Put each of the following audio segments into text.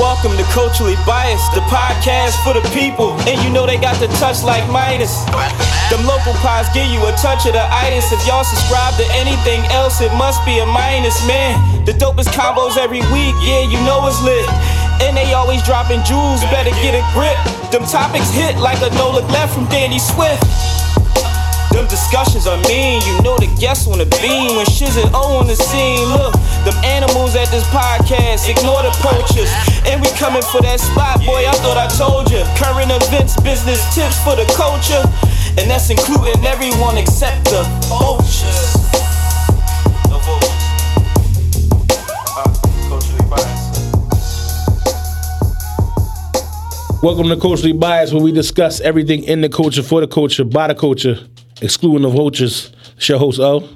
Welcome to Culturally Biased, the podcast for the people. And you know they got the touch like Midas. Them local pies give you a touch of the itis. If y'all subscribe to anything else, it must be a minus, man. The dopest combos every week, yeah, you know it's lit. And they always dropping jewels, better get a grip. Them topics hit like a no look left from Danny Swift. Them discussions are mean, you know the guests on the beam when shiz and O on the scene. Look, them animals at this podcast, ignore the poachers. And we coming for that spot, boy, I thought I told ya. Current events, business tips for the culture. And that's including everyone except the vultures. No votes. Uh, culturally biased. Welcome to Culturally Biased, where we discuss everything in the culture, for the culture, by the culture, excluding the vultures. It's your host, O.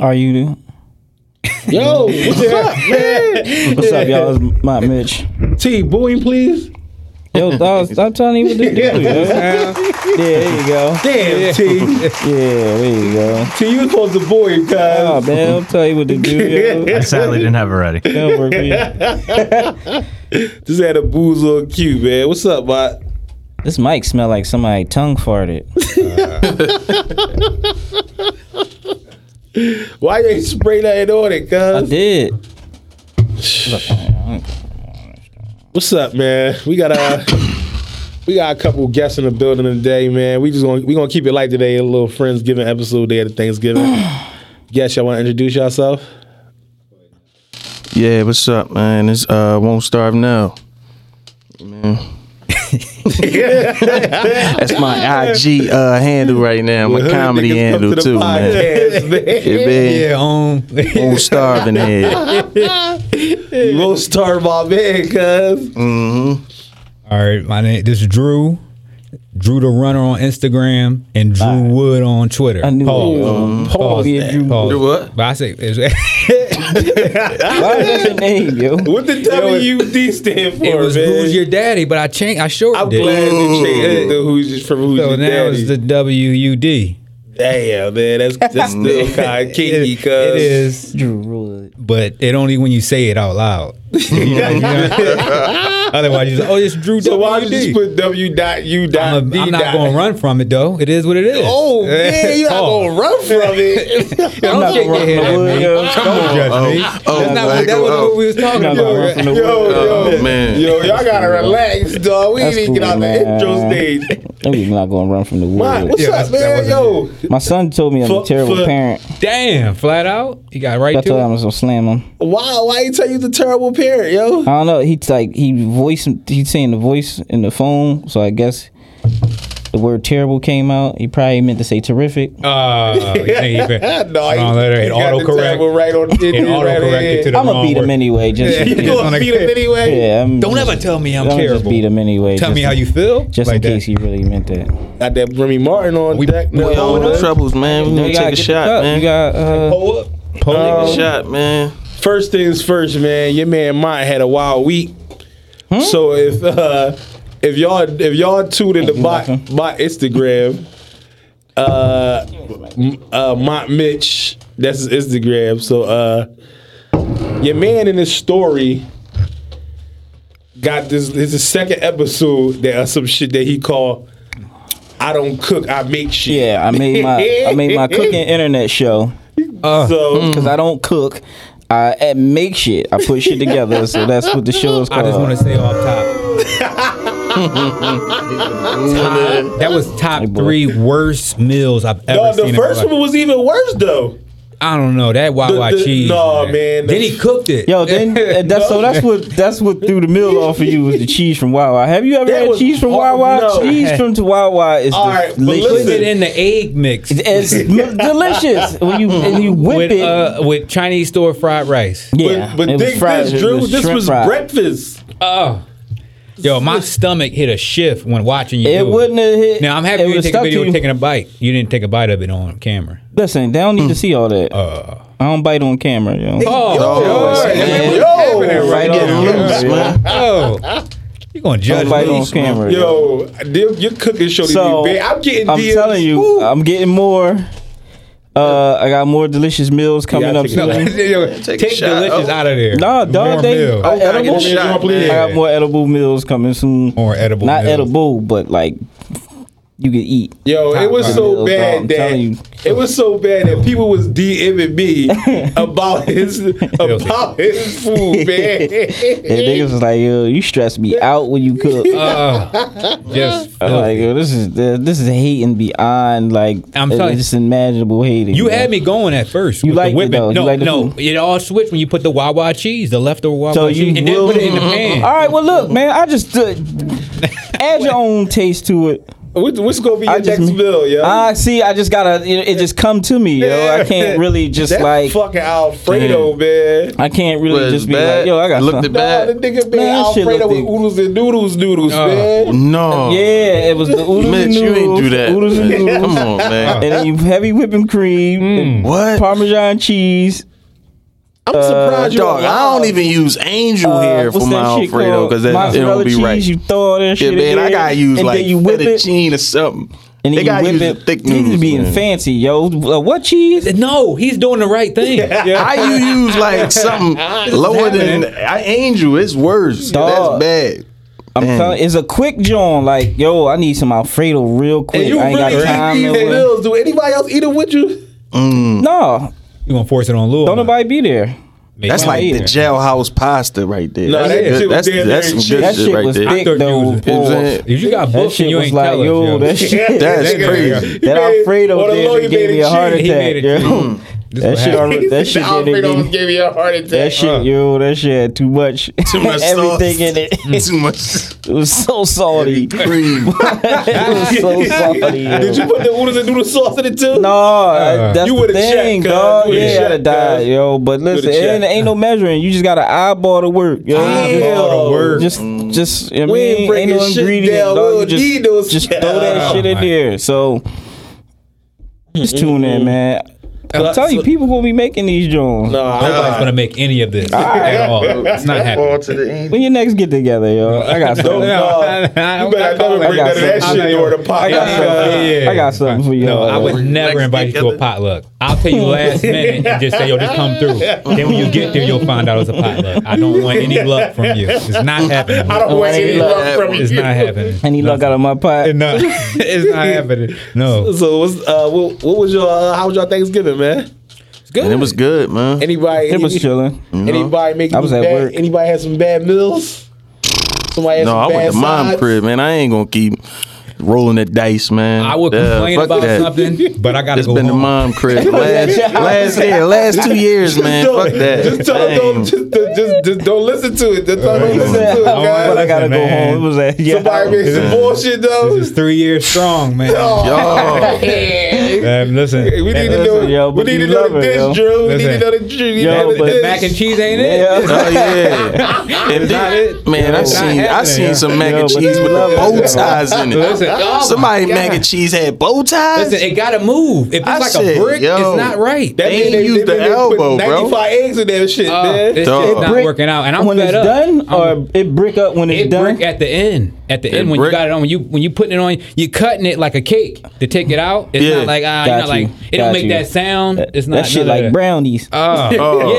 Are you? Yo, what's up, man? What's up, y'all? It's my Mitch. T, booing, please. Yo, dog, stop telling you what to do. yo. Yeah, there you go. Damn, T. Yeah, there you go. T, you supposed to boy, cuz. Oh man, I'll tell you what to do. Yo. I sadly didn't have it ready. Don't work for you. Just had a booze on cue, man. What's up, bot? This mic smell like somebody tongue farted. Why you ain't spray that on it, I cuz? did. What's up, man? We got a we got a couple guests in the building today, man. We just gonna we gonna keep it light today, a little Friendsgiving episode day of Thanksgiving. Guess y'all wanna introduce yourself? Yeah, what's up, man? It's uh, won't starve now. Man. That's my IG uh, handle right now. My Niggas comedy come handle to the too, man. podcast, man. Yeah, man. um, Won't starve in here. You won't starve my man, cuz. All right, my name this is Drew. Drew the runner on Instagram and Drew Wood on Twitter. I knew Pause. it. Um, Pause. yeah, Drew Pause. Drew what? But I say it's- Why is that your name, yo? What the WD stand for, it was man? who's your daddy, but I changed. I sure I'm did. glad you changed the who's your, from who's so your now daddy. it's the WUD. Damn, man, that's that's still kind of kinky, It- it cuz. is, Drew Wood. but it only when you say it out loud. You know, you know? Otherwise, you just, oh, it's Drew. So why WUD. did you put W dot U I'm, dot a, D I'm not dot? going to run from it though. It is what it is. Oh man, you're not Pause. gonna run from it. Don't not shake your running head from the at me. wood. Don't judge me. Oh, oh, That's not what, man, that wasn't oh. what we was talking Not about. gonna run from the yo, wood. yo, Oh, man. yo, y'all gotta relax, dog. We That's didn't even get cool, out the man. intro stage. I'm not gonna run from the Why? wood. What's Yeah, up, that's- that man? wasn't Yo, My son told me I'm For- a terrible for- parent. Damn, flat out. You got I right told him I to it. was gonna slam him. why? Why you tell you the terrible parent, yo? I don't know. He's like he voice. He's saying the voice in the phone, so I guess the word terrible came out. He probably meant to say terrific. Uh, you think you no, could- he- wrong letter. he It got the auto correct. terrible right on it. It auto corrected to the I'm gonna wrong beat him word. anyway. Just You yeah, gonna beat him anyway? I'm Don't just, ever tell me I'm I'm gonna just terrible. beat him anyway. Tell just, me how you feel. Just like in case that. he really meant that. Got that Remy Martin on We- deck. we now, Yo, man. no oh, troubles, man. We gonna You gotta take a get shot, the cup. man. You got uh, Pull up. Take Um, a shot, man. First things first, man. Your man Mont had a wild week. Hmm? So if uh, if y'all if y'all tuned in to my my Instagram, uh, m- uh, Mont Mitch, that's his Instagram. So uh, your man in his story got this. This is the second episode that uh, some shit that he called. I don't cook. I make shit. yeah. I made my I made my cooking internet show So Hmm. because I don't cook. I uh, make shit. I put shit together. So that's what the show is I called. just want to say off top. Top- that was top boy. three worst meals I've ever no, seen. the in my first life. one was even worse though. I don't know that Wawa the- cheese. no, man, Then the- he cooked it. Yo, then uh, that's so that's what that's what threw the meal off for you was the cheese from Wawa. Have you ever That had was cheese from hard- Wawa? no. Cheese from Wawa is All right, but put delicious. listen. it in the egg mix it's m- delicious when you and you whip with it. uh, with Chinese store fried rice. yeah, but but it was dig fried, this, it Drew. was This shrimp was fried. breakfast. Oh. Yo, my stomach hit a shift when watching you. It do wouldn't have hit. Now I'm happy it you would've didn't take a stuck to video you. taking a bite. You didn't take a bite of it on camera. Listen, they don't Hmm. need to see all that. Uh, I don't bite on camera, yo. Oh, Yo, man. yo, Right Get loose, man. oh, oh. you gonna Don't judge bite on me? camera. yo, them- your cooking show to So, be bad. I'm getting I'm DMs. telling you, Ooh. I'm getting more. Uh, I got more delicious meals coming gotta up take it soon. out. Yo, a take shot. delicious Oh. out of there. Nah, More dog, they Oh. meal. I- gotta edible. get a shot. I got more edible meals coming soon. More edible Not meals. edible, but like you could eat. Yo, it was Top so Gun Mills, bad I'm that telling you. it was so bad that people was DMing me about his about his food, And man. niggas was like, yo, you stress me out when you cook. Uh, Just I'm like, yo, this is this is hating beyond like I'm telling you. it's imaginable hating. You bro. had me going at first. You with the liked it, whipping. though. You No, liked the no, food. it all switched when you put the Wawa cheese, the leftover Wawa So you cheese, and will- then put it in the pan. All right, well, look, man, I just uh, add your own taste to it. What, what's gonna be I your just- next bill, yo? I see. I just gotta. It, it just come to me, yo. I can't really just that like. fucking Alfredo, man. I can't really Was just be bad. like, yo, I got Looked some. it bad. Nah, the nigga made Man, that shit Alfredo with look Uh, thick. oodles and noodles, noodles, Oh. man. No. Yeah, it was the oodles and Mitch, you noodles. ain't do that. Oodles and man. noodles. Come on, man. And then you heavy whipping cream, and What? Parmesan cheese. I'm surprised you Uh, Dog, I allowed- don't even use angel uh, here for what's my that shit Alfredo called? because it Mozzarella don't be cheese, right. You throw all that Yeah, shit in man, I there, gotta use and like then you whip it, fettuccine or something. and they then gotta you whip use it. the thick These noodles. is being man. fancy, yo. Uh, what cheese? No, he's doing the right thing. How you use like something lower than I, angel? It's worse. Dog. That's bad. I'm Dang. telling, it's a quick joint. Like, yo, I need some Alfredo real quick. And you I ain't really got time. eat no these way. bills. Do anybody else eat it with you? No, You gonna force it on Lou? don't nobody be there. That's Why like not either? the jailhouse pasta right there. No, that's that good- shit was that's, damn near that's some cheap. good That shit shit right was there. thick thought you though. was- You know what I'm boy. saying? If you got That books and shit you was ain't like, tell us, yo, yo, that That's shit, That nigga- crazy. that Alfredo there just gave me a heart cheese. He attack, made it Mm. yo. This That what shit, happened. already, that shit, there, they Alfredo gave almost me, gave me a heart that attack. shit, yo, that shit had too much, Too much sauce. everything in it. Too much It was so salty. it cream. was so salty. yo. Did you put the oodles and noodles sauce in it too? No, I- that's Uh, you the would've thing, checked, cuz. dog. You would've Yeah, I'd have checked, died, cuz. yo. But listen, it ain't, checked. ain't no measuring. You just gotta eyeball the work, yo. Eyeball the work. Just, just, I We ain't mean, ain't breaking no shit ingredient, down. We dog. You don't need those- just, just throw that Oh, shit in my. there. So, just tune Mm-hmm. in, man. I'm telling you, people gonna be making these joints. Nah, Nobody's gonna make any of this at all. It's not happening. When you next get together, yo, I got something. You better never I bring got none of that some- shit during the I got podcast. some- I got something for No, y'all. I would never Next invite you to a together. potluck. I'll tell you last minute and just say, yo, just come through. Then when you get there, you'll find out it's a potluck. I don't want any luck from you. It's not happening. I don't want any Nobody love from It's you. not happening. Any luck out of my pot? No, it's not happening. No. So what's uh what, what was your uh, how was your Thanksgiving, man? And it was good, man. Anybody It was chilling. Anybody making I was you at bad, work. anybody had some bad meals? Somebody had No, some I bad went to mom sides? crib, man. I ain't gonna keep rolling the dice, man. I would Yeah, complain fuck about that. something, but I gotta It's go been the home. mom crib last last yeah, last two years, man. Don't- Fuck that. Just tell Dang. them just, just, just, just don't listen to it. Just tell them don't listen to it, Don't but I guys. listen, gotta go man. home. It was like, yeah. Somebody made some bullshit though. This is three years strong, man. Yo, Um, listen, Hey, we need to listen, know. yo, we but need you to know love the it, yo. dish, Drew. We need to Listen. know the dish. You Yo, know the but dish. mac and cheese ain't it. yeah. oh yeah. And then, man, I It's not seen I happening, yo. seen some mac Yo, and but cheese you with love the it, bow yo. ties in Listen, it. oh my Somebody God. mac and cheese had bow ties. Listen, it gotta move. If it's I like said, a brick, yo. it's not right. That They mean ain't use the mean put elbow, bro. 95 eggs in that shit, Uh, man. it's Dog. just not Brick- working out, and I'm when fed it's up. done, I'm- or it brick up when it's it done. brick at the end. At the end, when brick- you got it on, when you when you putting it on, you cutting it like a cake to take it out. It's Yeah. not like ah, you're Got not like you. it Got don't make you. that sound. It's not that shit none of like brownies. Oh, Oh.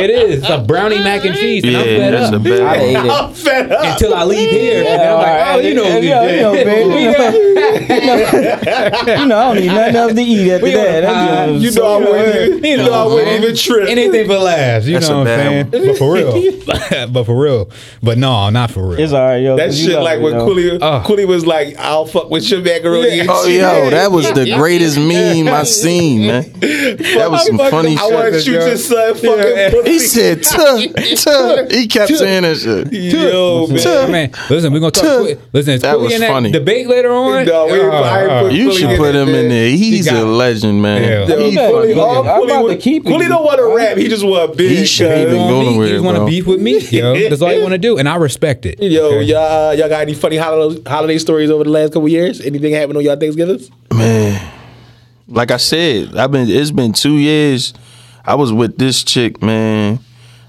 it is a brownie mac and cheese. and I'm Yeah, fed that's the up. I best. ate it. I'm fed up. Until I leave here, and Yeah, I'm like, alright. oh, you know, Yeah, what we yeah, did. you know, baby. We done- You know, I don't need nothing else to eat after We on that. a That pie. joint was You so know I good. wouldn't even, you know I wouldn't even trip. anything but laughs. You That's know a what I'm bad saying? But for real, but for real, but no, not for real. It's all right, yo. That 'cause you shit love like it, when yo. Cooley, Uh. Cooley was like, I'll fuck with your macaroni and Oh cheese. yo, that was the greatest meme I seen, man. That was some Fuck, funny I want to shit. shoot your son fucking pussy. He said, tuh, tuh. He kept saying that shit. Yo, Yeah, man. man, listen, we're gonna talk. Tuh. Listen, is That Cooley was in that funny. debate later on. No, we- Uh, I ain't put- You should put him in there. He's got a it. legend, man. Yeah. He Yeah. fucking- Cooley, all I'm about Cooley, to was, keep it. Cooley don't want to rap. He just want big. He should cuz. even on go me, nowhere, You just want bro. to beef with me, yo. That's all you want to do, and I respect it. Yo, y'all, y'all got any funny holiday, holiday stories over the last couple years? Anything happened on y'all Thanksgivings? Man, like I said, I've been. It's been two years. I was with this chick, man.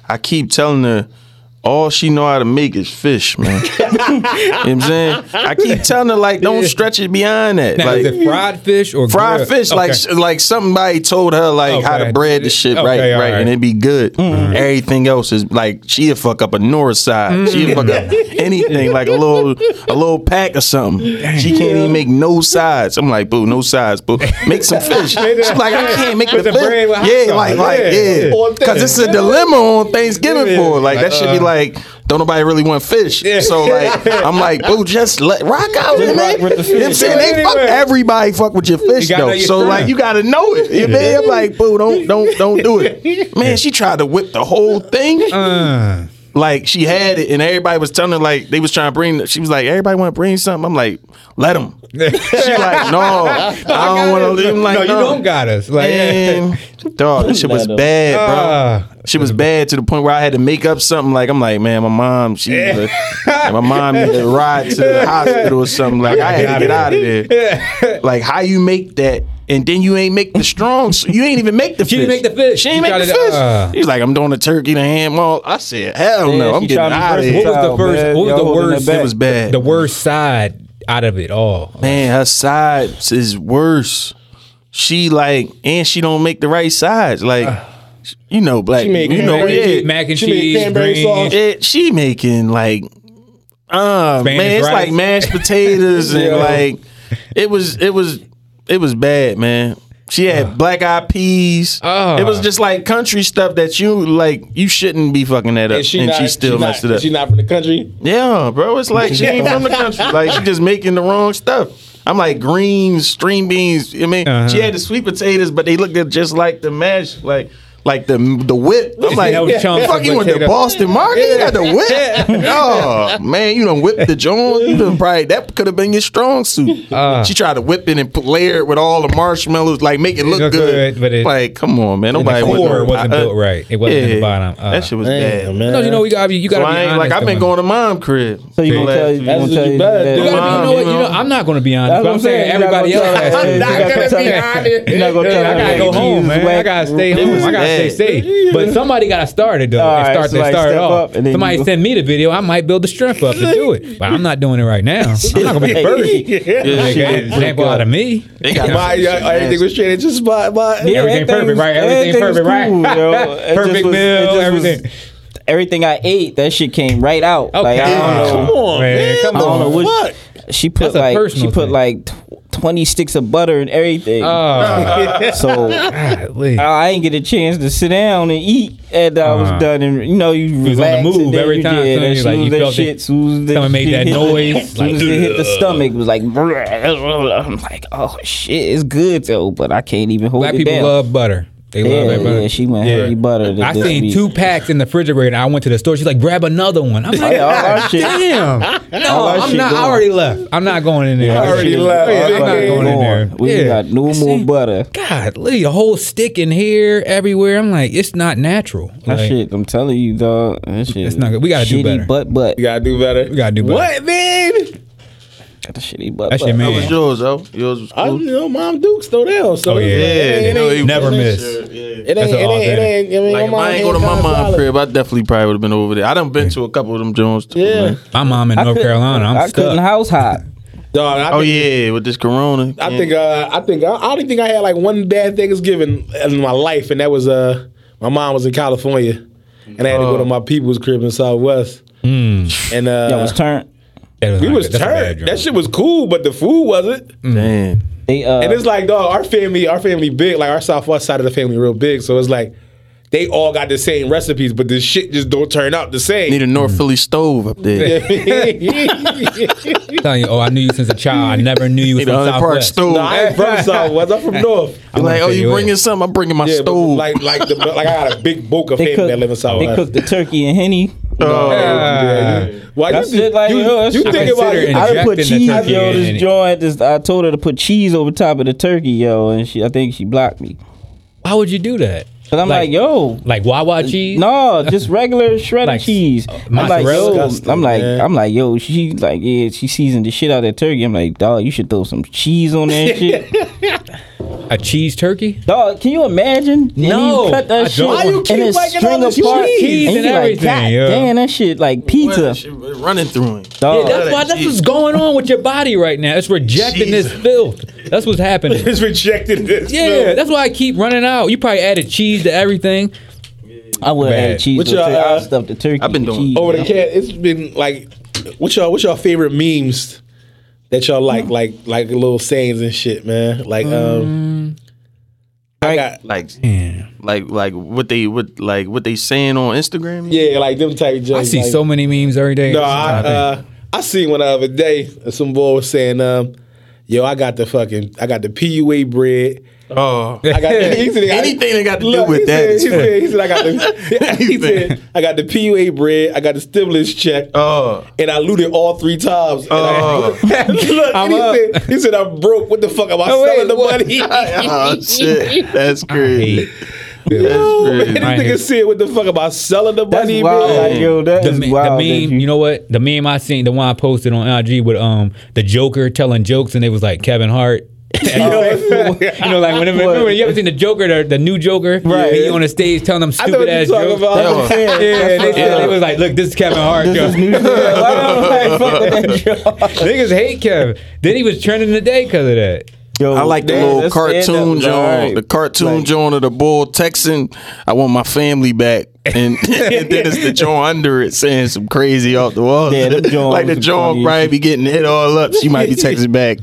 I keep telling her All she know how to make is fish, man. you know what I'm saying? I keep telling her like, don't stretch it beyond that. Now, like is it fried fish or fried grilled? fish, like Okay. like somebody told her like how Okay. to bread the shit Okay, right, all right, right. and it'd be good. Everything else is like she'll fuck up a north side, she'll fuck up anything like a little a little pack or something. She can't even make no sides. I'm like, boo, no sides, boo. Make some fish. She's like, I can't make the the bread fish. with hot Yeah, sauce. like like Yeah. yeah, Or because it's a dilemma on Thanksgiving for her. like that should be like. Don't nobody really want fish, so like I'm like, boo, just let rock out, man. rock with the You know what I'm fish. saying they fuck Anyway. everybody fuck with your fish gotta know though. your So friend. like you gotta know it. You man, I'm like, boo, don't don't don't do it. Man, she tried to whip the whole thing. Uh, Like she had it, and everybody was telling her like they was trying to bring. She was like, everybody want to bring something. I'm like, let them. She like, no, I don't want to leave. I'm like, no, you no, don't got us. Like, Man, dog, that shit was Let 'em. bad, bro. Ah. She was bad to the point where I had to make up something. Like I'm like, man, my mom, she, was a- my mom needed a ride to the hospital or something. Like I had to get out of there. Like how you make that, and then you ain't make the strong. So you ain't even make the. She fish. didn't make the fish. She ain't You make the gotta- fish. uh. He's like, I'm doing the turkey, the ham, all. I said, hell no, Yeah, I'm she getting tried to out of verse- here. what was the Child, first? man. What was Y'all the holding worst? that It was bad. The worst side out of it all. Man, her sides is worse. She like, and she don't make the right sides. Like, you know, black. make you know, cranberry- yeah. Mac and She made cheese, cranberry green. sauce. It, she making like, uh, man, it's rice. like mashed potatoes and Yo. like, it was, it was, it was bad, man. She had black eyed peas. Ah. it was just like country stuff that you like. You shouldn't be fucking that up, and she, still she messed not, it up. She not from the country. Yeah, bro. It's like she ain't from the country. Like she just making the wrong stuff. I'm like greens, string beans. I mean, Uh-huh. she had the sweet potatoes, but they looked at just like the mash, like like the the whip. I'm like, no chunks fuck of you in the potato." Boston market? You got the whip? Oh man, you done whipped the joint. You done probably that could have been your strong suit. Uh. she tried to whip it and put- layer it with all the marshmallows, like make it look look good. good, but it- like, come on, man, The nobody would core know. wasn't I- built right. It wasn't in the yeah. bottom. Uh, that shit was bad. man. no, you know we got you. Got So to be I ain't, honest. like I've been though. going to mom crib. So you gonna Last tell you That's gonna what tell you you better that- do. You gotta be, you Mom, know what? you You know, know. I'm not going to be honest. That's But I'm saying everybody else has I'm to. not You gotta gonna be tell- honest. You're not gonna tell I gotta them go that home, you man. I whack. gotta stay It home. was I gotta stay bad. safe. But somebody gotta start it though. All and right, start so, to like, start it step off. up and then Somebody you- send me the video. I might build the strength up to do it. But I'm not doing it right now. I'm not gonna be first. Yeah, she did. Example out of me. They got My, some yeah, shit everything nasty. was straight. It just my, my. Yeah, Everything perfect, was- right? Everything perfect, right? was yo. It Perfect just meal, it just everything. Oh, everything I ate, that shit came right out. Okay. Like I don't know. Come on, Man, man. come I don't on. know Oh, what- She put That's a like she personal put thing. like tw- twenty sticks of butter and everything. Oh, so I golly. I ain't get a chance to sit down and eat and I was Uh-huh. done and you know you was on the relax move and then every you time, did so that you, soon like, you as that felt it. shit soon as that Someone made shit that hit- noise, soon as like, it hit the stomach it was like I'm like oh shit it's good though but I can't even hold Black it people down. love butter. They love yeah, that butter. yeah, she went heavy butter. I this seen week. two packs in the refrigerator. I went to the store. She's like, grab another one. I'm like, Yeah, all our shit- damn. No, all our I'm shit not. I gone. already left. I'm not going in there. I already left. Yeah, I'm All not our shit going in there. gone. We yeah. got no See? more butter. God, Lee, a whole stick in here, everywhere. I'm like, it's not natural. That Like, shit, I'm telling you, dog. That shit. That's not good. We gotta do shitty better. Butt, butt. You gotta do better. We gotta do better. What, man? Got the shitty butt. That shit, butt. That was man. yours, though. Yours was I cool. you know Mom Duke still there. So Oh, yeah. it ain't- it No, ain't- he- Never miss. It ain't, That's it all ain't, it day. ain't, I mean, Like, if my mom I ain't go to hands my down mom's solid. crib, I definitely probably would have been over there. I done been to a couple of them Jones, too, Yeah. man. My mom in I North couldn't- Carolina. I'm I couldn't stuck. house hop. Dog, I Oh, think- yeah, with this corona. I Yeah. think uh, I think I, I only think I had like one bad Thanksgiving in my life, and that was uh my mom was in California, and I had to Oh. go to my people's crib in Southwest, Hmm. and uh, That was turned. That we not was good. That's a bad turned. joint. That shit was cool, but the food wasn't. Damn. They uh, And it's like, dog, our family, our family big, like our Southwest side of the family, real big. So it's like they all got the same recipes, but the shit just don't turn out the same. Need a North Philly stove up there. no, I'm telling you, oh, I knew you since a child. I never knew you was Need a from Hunter Park Southwest. stove. I ain't from Southwest. I'm from North. Be I'm like, gonna oh, fill you you bringing in. something? I'm bringing my Yeah, but stove. like like the like I got a big bulk of family they cook, that live in they Southwest. cook the turkey and henny. Oh, Yeah. Why That you, shit like you, yo, that you shit- think about consider it? an I done put injecting the cheese, turkey yo. in This it. joint, this, I told her to put cheese over top of the turkey, yo, and she, I think she blocked me. Why would you do that? But I'm like, yo, like Wawa cheese. No, just regular shredded Like, cheese. uh, I'm like, yo, mozzarella? I'm like, Disgusting, I'm like, yo, she like, yeah, she seasoned the shit out of that turkey. I'm like, dog, you should throw some cheese on that shit. a cheese turkey. Dog, can you imagine? and No, you cut that I don't. shit Why you keep and it's liking string all this apart, cheese and, and you like, everything, God yeah. damn, that shit like pizza. running through him. Dog, that's why that's what's going on with your body right now. It's rejecting this filth. That's what's happening. It's rejected this. Yeah, film. that's why I keep running out. You probably added cheese to everything. I would have Bad. had cheese What with y'all, turkey. I uh, stuffed the turkey. I've been with doing- cheese, over the man. cat. It's been like, what y'all, what y'all favorite memes that y'all like, Hmm? like, like little sayings and shit, man. Like, um, I got Like, like, like what they what like what they saying on Instagram. yeah, like them type. Of I see like, so many memes every day. No, I, uh, I seen one the other day. Some boy was saying, um, "Yo, I got the fucking, I got the PUA bread. Oh, I got the, he said, Anything that got to do Look, with he that Said, is he, said, he said, "I got the, he said, Anything. I got the PUA bread. I got the stimulus check, oh, and I looted all three times. And Oh. I, look, I'm and he, up. said, he said, I'm broke. What the fuck am I Oh, selling wait, the what? money? oh shit, that's hate crazy. Yo, man, That's crazy. this I nigga ain't- said, what the fuck am I selling the That's money, wild, man? like, yo, that the, is me- the wild. meme, that you, know what? The meme I seen, the one I posted on IG with um the Joker telling jokes, and it was like Kevin Hart. you, know, like, you know, like whenever remember, you ever seen the Joker, the, the new Joker, Right. And he on the stage telling them I know what stupid you're ass talking jokes. about. That I'm was- saying, Yeah, they said yeah. it was like, look, this is Kevin Hart. This Niggas hate Kevin. Then he was trending today because of that. Yo, I like the man, little that's- yeah, that cartoon was all John, right. the cartoon John of the bull Texan. I want my family back, and, and then it's the John under it saying some crazy off the wall. Yeah, them Johns like the are John funny. probably be getting hit all up. She might be texting back.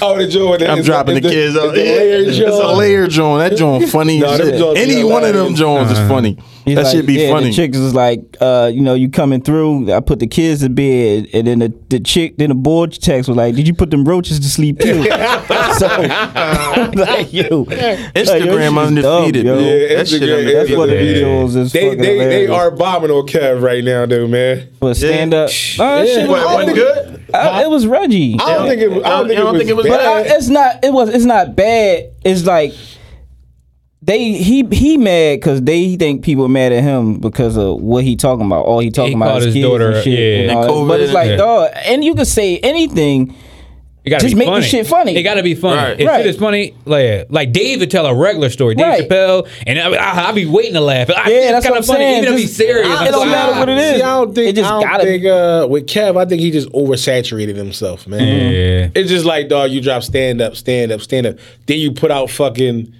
Oh, the joint. I'm dropping the, kids off. The Yeah, layered it's a joint. layer John. That John funny. Nah, as them shit. Johns Any be one of them hilarious. Johns is funny. He's that like, should be yeah, funny. The chicks is like, uh, you know, you coming through. I put the kids to bed, and then the, the chick, then the board text was like, "Did you put them roaches to sleep too?" so, like, yo, like, yo, Instagram she's dumb, undefeated. yo. man. Yeah, that shit Instagram- That's what the undefeated. videos is. They, fucking they, they hilarious. are bombing on Kev right now, dude, man. But stand up. Nah, that Yeah. shit was- What, wasn't good? I- it was Reggie. I don't think it, I don't think You don't it, think it was was But I, bad. it's not. It was. It's not bad. It's like they he he mad because they think people mad at him because of what he talking about. All he talking He about called is his kids daughter, and shit. yeah. and And all that. COVID but it's like, and- dog, and you can say anything. It gotta Just be make the funny. shit funny. It gotta be funny. Right. If Right. shit is funny, like, like Dave would tell a regular story, Dave Right. Chappelle, and I, I, I be waiting to laugh. I, Yeah, yeah, that's that's what kind I'm of funny. saying. Even if Just- he's serious, I- I'm it don't like, matter what it is. See, I don't think. It just I don't gotta think uh, with Kev, I think he just oversaturated himself, man. "Ah." Yeah. It's just like, dog, you drop stand up, stand up, stand up. Then you put out fucking.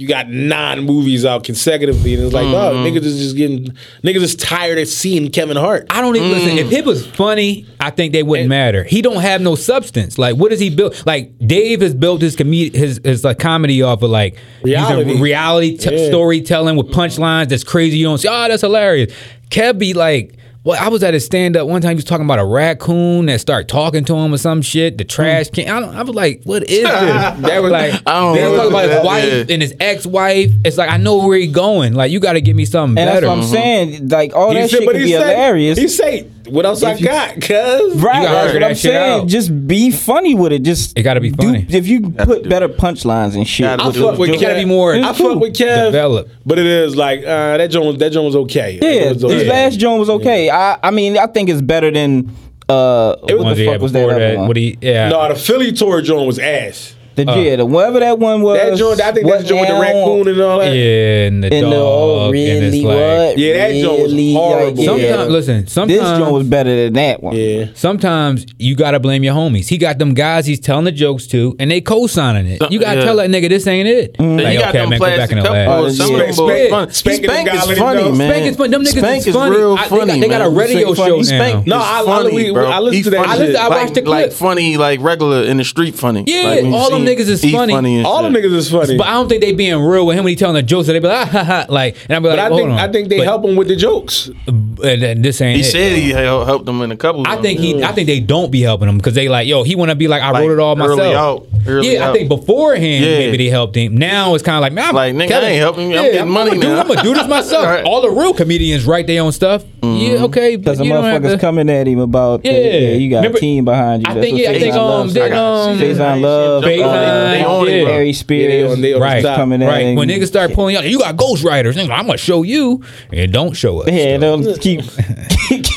You got nine movies out consecutively, and it's like, dog, Mm-hmm. niggas is just getting niggas is tired of seeing Kevin Hart. I don't even listen. If it was funny, I think they wouldn't matter. He don't have no substance. Like, what is he built? Like, Dave has built his comedy, his his like comedy off of like using Reality. reality t- Yeah. storytelling with punchlines that's crazy. You don't see. Oh, that's hilarious. Kev be like. Well, I was at a stand up one time. He was talking about a raccoon that started talking to him or some shit. The trash can. I, don't, I was like, "What is this?" that was like, I don't they know talking about what his that wife is. and his ex wife. It's like I know where he going. Like you got to give me something And that's better. what I'm Mm-hmm. saying. Like all that shit could be said- hilarious. He say, "What else I got, cuz?" Right, gotta that's figure what that I'm shit saying. out. Just be funny with it. Just It gotta be do- funny. if you put do better punchlines and shit, Gotta I with do it. it. fuck with It's gotta Kev. be more I fuck with Kev. developed. But it is like uh, that Jones. That Jones okay. That Yeah, Jones okay. his last joint was okay. I I mean, I think it's better than uh what ones the he fuck had was that before other one? What he? Yeah. No, the Philly tour joint was ass. the Uh, yeah, the whatever that one was. That joint, I think what that's the joint with the now raccoon and all that. Yeah, and the And dog. the oh, and really it's like, what? Yeah, that joint was Really? horrible. Like, yeah. Sometimes, listen. this joint was Sometimes, better than that one. Yeah. sometimes you gotta blame your homies. He got them guys he's telling the jokes to, and they co-signing it. You gotta Yeah. tell that nigga this ain't it. Then Like, you got okay, them man, go back plastic in the cup lab. holders. Some Yeah. of them Spank- boys funny. spank is Spank golly is funny, dog. man. Spank is funny. Them niggas Spank is funny. real I- they got- funny. they got a man. radio Spank- show Spank now. is No, I- funny, we- bro. I listened He to that funny. shit. I listened- I Like- watched the Like clip. funny, like regular in the street funny. Yeah, Like, we've all them seen- niggas is he funny. and All them shit. niggas is funny. But I But, don't think they being real with him when he telling the jokes. They be like, ah, ha, ha, like, and I be like, I hold think on. I think they But- help him with the jokes. And, and this ain't. He it. said he hel- helped them in a couple. I of think them. he. I think they don't be helping him because they like, yo, he want to be like, I Like, wrote it all early myself. out, early yeah, I out. think beforehand Yeah. maybe they helped him. Now it's kind of like, man, I'm Like, nigga, I Kevin, ain't helping you. I'm getting money I'ma do- now. I'm gonna do this myself. Right. Mm-hmm. All the real comedians write their own stuff. Yeah, okay, but Because the you don't have motherfuckers to- coming at him about yeah, Yeah. yeah you got Remember- a team behind you. I That's think what yeah, I Faison think um, loves. then got- um, they- Faison Love, Faison, they own it, bro. Barry Spears, on- they on Right. the top. coming at right him. when niggas start pulling out, you got ghostwriters. Nigga, I'm gonna show you and don't show us. Yeah, they'll keep.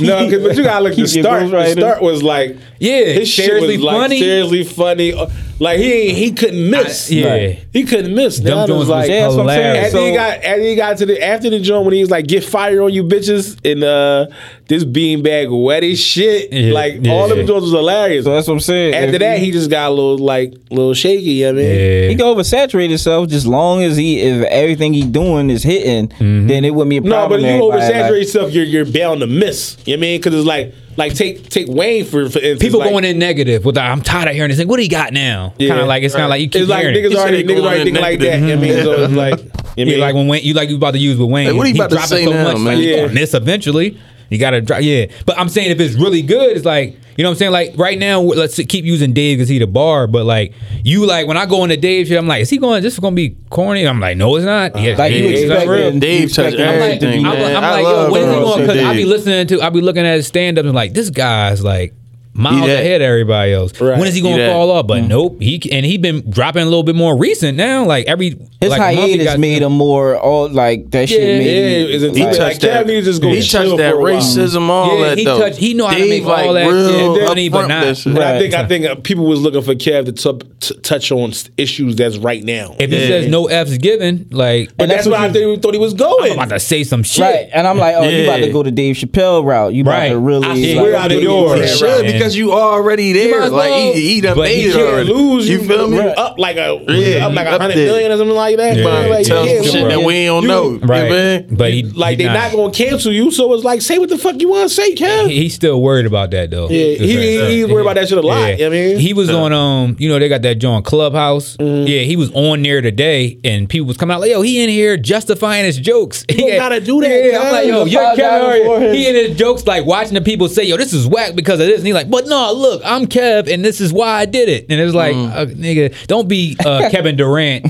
No, 'cause- but you gotta look. The Keep your start, the ghostwriters. start was like, Yeah, his shit seriously was like funny. seriously funny. Uh, Like he ain't, he couldn't miss. I- yeah. Like, he couldn't miss. Them Now it was joints was like Yeah, that's what I'm saying. hilarious. after he got after he got to the after the joint when he was like get fire on you bitches and uh this beanbag wet as shit. Yeah, like yeah. all them joints was hilarious. So that's what I'm saying. after If that he just got a little like little shaky. You know what I mean. Yeah. He can oversaturate himself just long as he if everything he doing is hitting, Mm-hmm. then it wouldn't be a No, but if problem. to you everybody, oversaturate like- yourself, you're you're bound to miss. You know what I mean? Because it's like like take take Wayne for, for instance. People like, going in negative with the, I'm tired of hearing this. Like, what do you got now? Yeah. Kind of like it's kind of like you keep It's like hearing. it. niggas already said niggas going already in thinking like that. You negative. know what I mean? So it's like you know Yeah, what I like mean? when Wayne, you like you about to use with Wayne. Hey, what he about to dropping say now, man? Like, Yeah. on this eventually. You gotta drop, yeah. But I'm saying if it's really good, it's like you know what I'm saying. Like right now, let's keep using Dave because he the bar. But like you, like when I go into Dave shit, I'm like, is he going? This is gonna be corny? I'm like, no, it's not. Yeah, Like, you it's expect unreal. it. Dave touched I'm like- everything. I'm, man. like- I'm I like, love yo, when is he Carlson going? Because I be Dave. listening to, I be looking at his stand up and like, this guy's like miles He that. ahead of everybody else. Right. Mm. When is he going He to that. fall off? But nope, he and he been dropping a little bit more recent now. Like every his like a month he hiatus got- made him more all like that Yeah. shit Yeah, made it's a He like, touched Cam that. Newton just gonna He chill touched that for a while. racism, all Yeah, that he though. touched- he know how to Dave, make all that real shit funny, but upfront not- that shit. But I Right. think I think uh, people was looking for Kev to t- t- touch on s- issues that's right now. If he says no F's given, like but that's, that's where what I think we thought he was going. I'm about to say some shit. Right, and I'm like, oh, you about to Yeah. go the Dave Chappelle route? You about Right. to I really? swear like, out of get yours. He into Yeah, that should right. because you already there. might as like well. he, he done But he made it can't already. lose. you feel me? Right. Up like a Yeah, up like you a up hundred there. million or something like that. Yeah. But like, Tell you some can't- shit that we ain't don't you- know. you right. man. But he Like he they not gonna cancel you, so it's like say what the fuck you want to say, Kev. He- He's still worried about that though. Yeah, he- he- he worried about that shit a lot, you know what I mean? Mm-hmm. he was on um, you know, they got that joint Clubhouse. Yeah, he was on there today, and people was coming out like, yo, he in here justifying his jokes. He don't gotta do that, Yeah, I'm guys. like, yo, He's you're Kevin apologizing for Hart. his- He in his jokes like watching the people say, yo, this is whack because of this, and he like, but no, look, I'm Kev, and this is why I did it, and it's like, Mm. uh, nigga, don't be uh, Kevin Durant.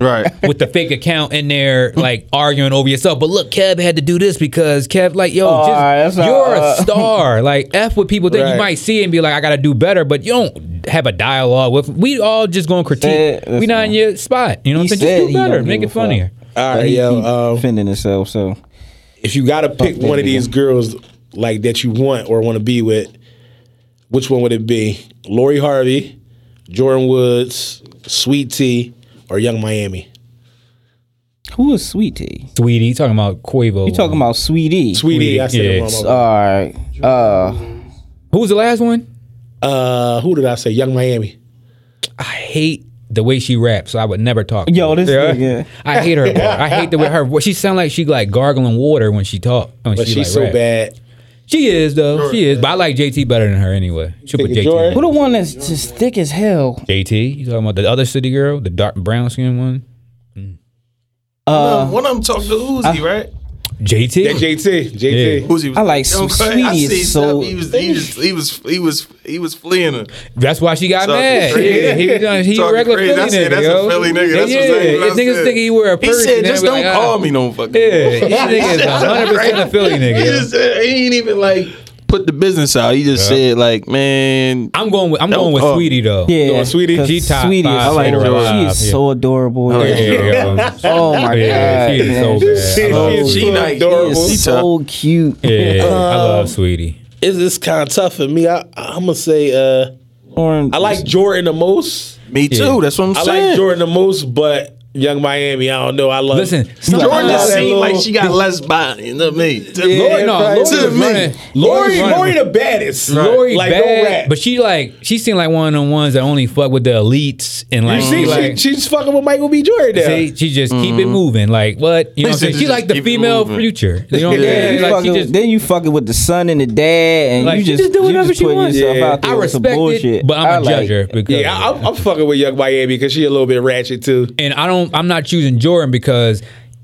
Right. With the fake account in there, like arguing over yourself. But look, Kev had to do this because Kev, like, yo, Oh, just, alright, that's not- you're uh, a star. Like F what people think Right. you might see and be like, I gotta do better, but you don't have a dialogue with we all just gonna critique. Said- we not in your spot. You know He what I'm said saying? Just he do better. don't Make give it a fuck. uh, funnier. All But right, he keep yo. Um, defending himself. So if you gotta pick that one of nigga. these girls like that you want or want to be with, which one would it be? Lori Harvey, Jordan Woods, Sweet Tea, or Young Miami? who is Sweetie? Sweetie, you talking about Quavo. You talking about Sweetie? Sweetie, E, I said yeah. it wrong. All right. Uh, Who was the last one? Uh, who did I say? Young Miami. I hate the way she raps, so I would never talk. to Yo, her. this nigga. I hate her. bro. I hate the way her. voice- She sound like she like gargling water when she talk. When But she, she's like, so rap. bad. She is though. She is. But I like JT better than her anyway. She'll put Think of JT. Jordan? who the one that's just thick as hell? JT, you talking about the other city girl, the dark brown skin one? Uh, one of them talked to Uzi, right? JT. Yeah, JT. JT. Yeah. Uzi was I like Yo, Sweetie I is see so- stuff. He was, he was he was he was he was fleeing her. That's why she got Talking mad. crazy. Yeah, he, done- he a Talking regular crazy. Philly That's nigga. it. That's a yo. Philly nigga. That's yeah, exactly what I niggas said. think he wear a He purse. said, and "Just they don't be like, call ah." me no fucking." Yeah, this nigga is That's 100 percent a crazy. Philly He nigga. yo. just said, he ain't even like put the business out. He just said like, man, I'm going with I'm Don't going with call. Sweetie though. Yeah, on, Sweetie? 'cause She top Sweetie five is later so, alive, she is yeah. so adorable. yeah. Yeah, yo. Oh my Yeah, god, she is so man. bad. I love She is Sweetie. She so nice. adorable. She It's so cute. Yeah, I Uh, love Sweetie. It's, it's kind of tough for me. I, I'm gonna say uh, Orange- I like Jordan the most. me too. That's what I'm I saying. like Jordan the most, but Young Miami, I don't know. I love. Listen, Jordan I love that seemed like little- she got less body. You know what I mean? To Yeah, Lori, no, right. Lori To was me. running. Lori, was running. Lori the baddest. Lori like bad, no rap. but she like she seemed like one of the ones that only fuck with the elites and like, you see, like she, she's fucking with Michael B. Jordan. Now. see, she just keep it moving. Like what you know? What I'm Listen, saying? She just like the keep it female moving. future. You know what I'm Yeah. saying? You Like, she fucking- just- then you fucking with the son and the dad, and Like, you she just, just do you whatever just she putting wants. yourself Yeah. out there I with some respect bullshit. it, but I'm I a like judger it. because Yeah, I'm, I'm fucking with Young Miami because she a little bit ratchet too. and I don't. I'm not choosing Jordan because.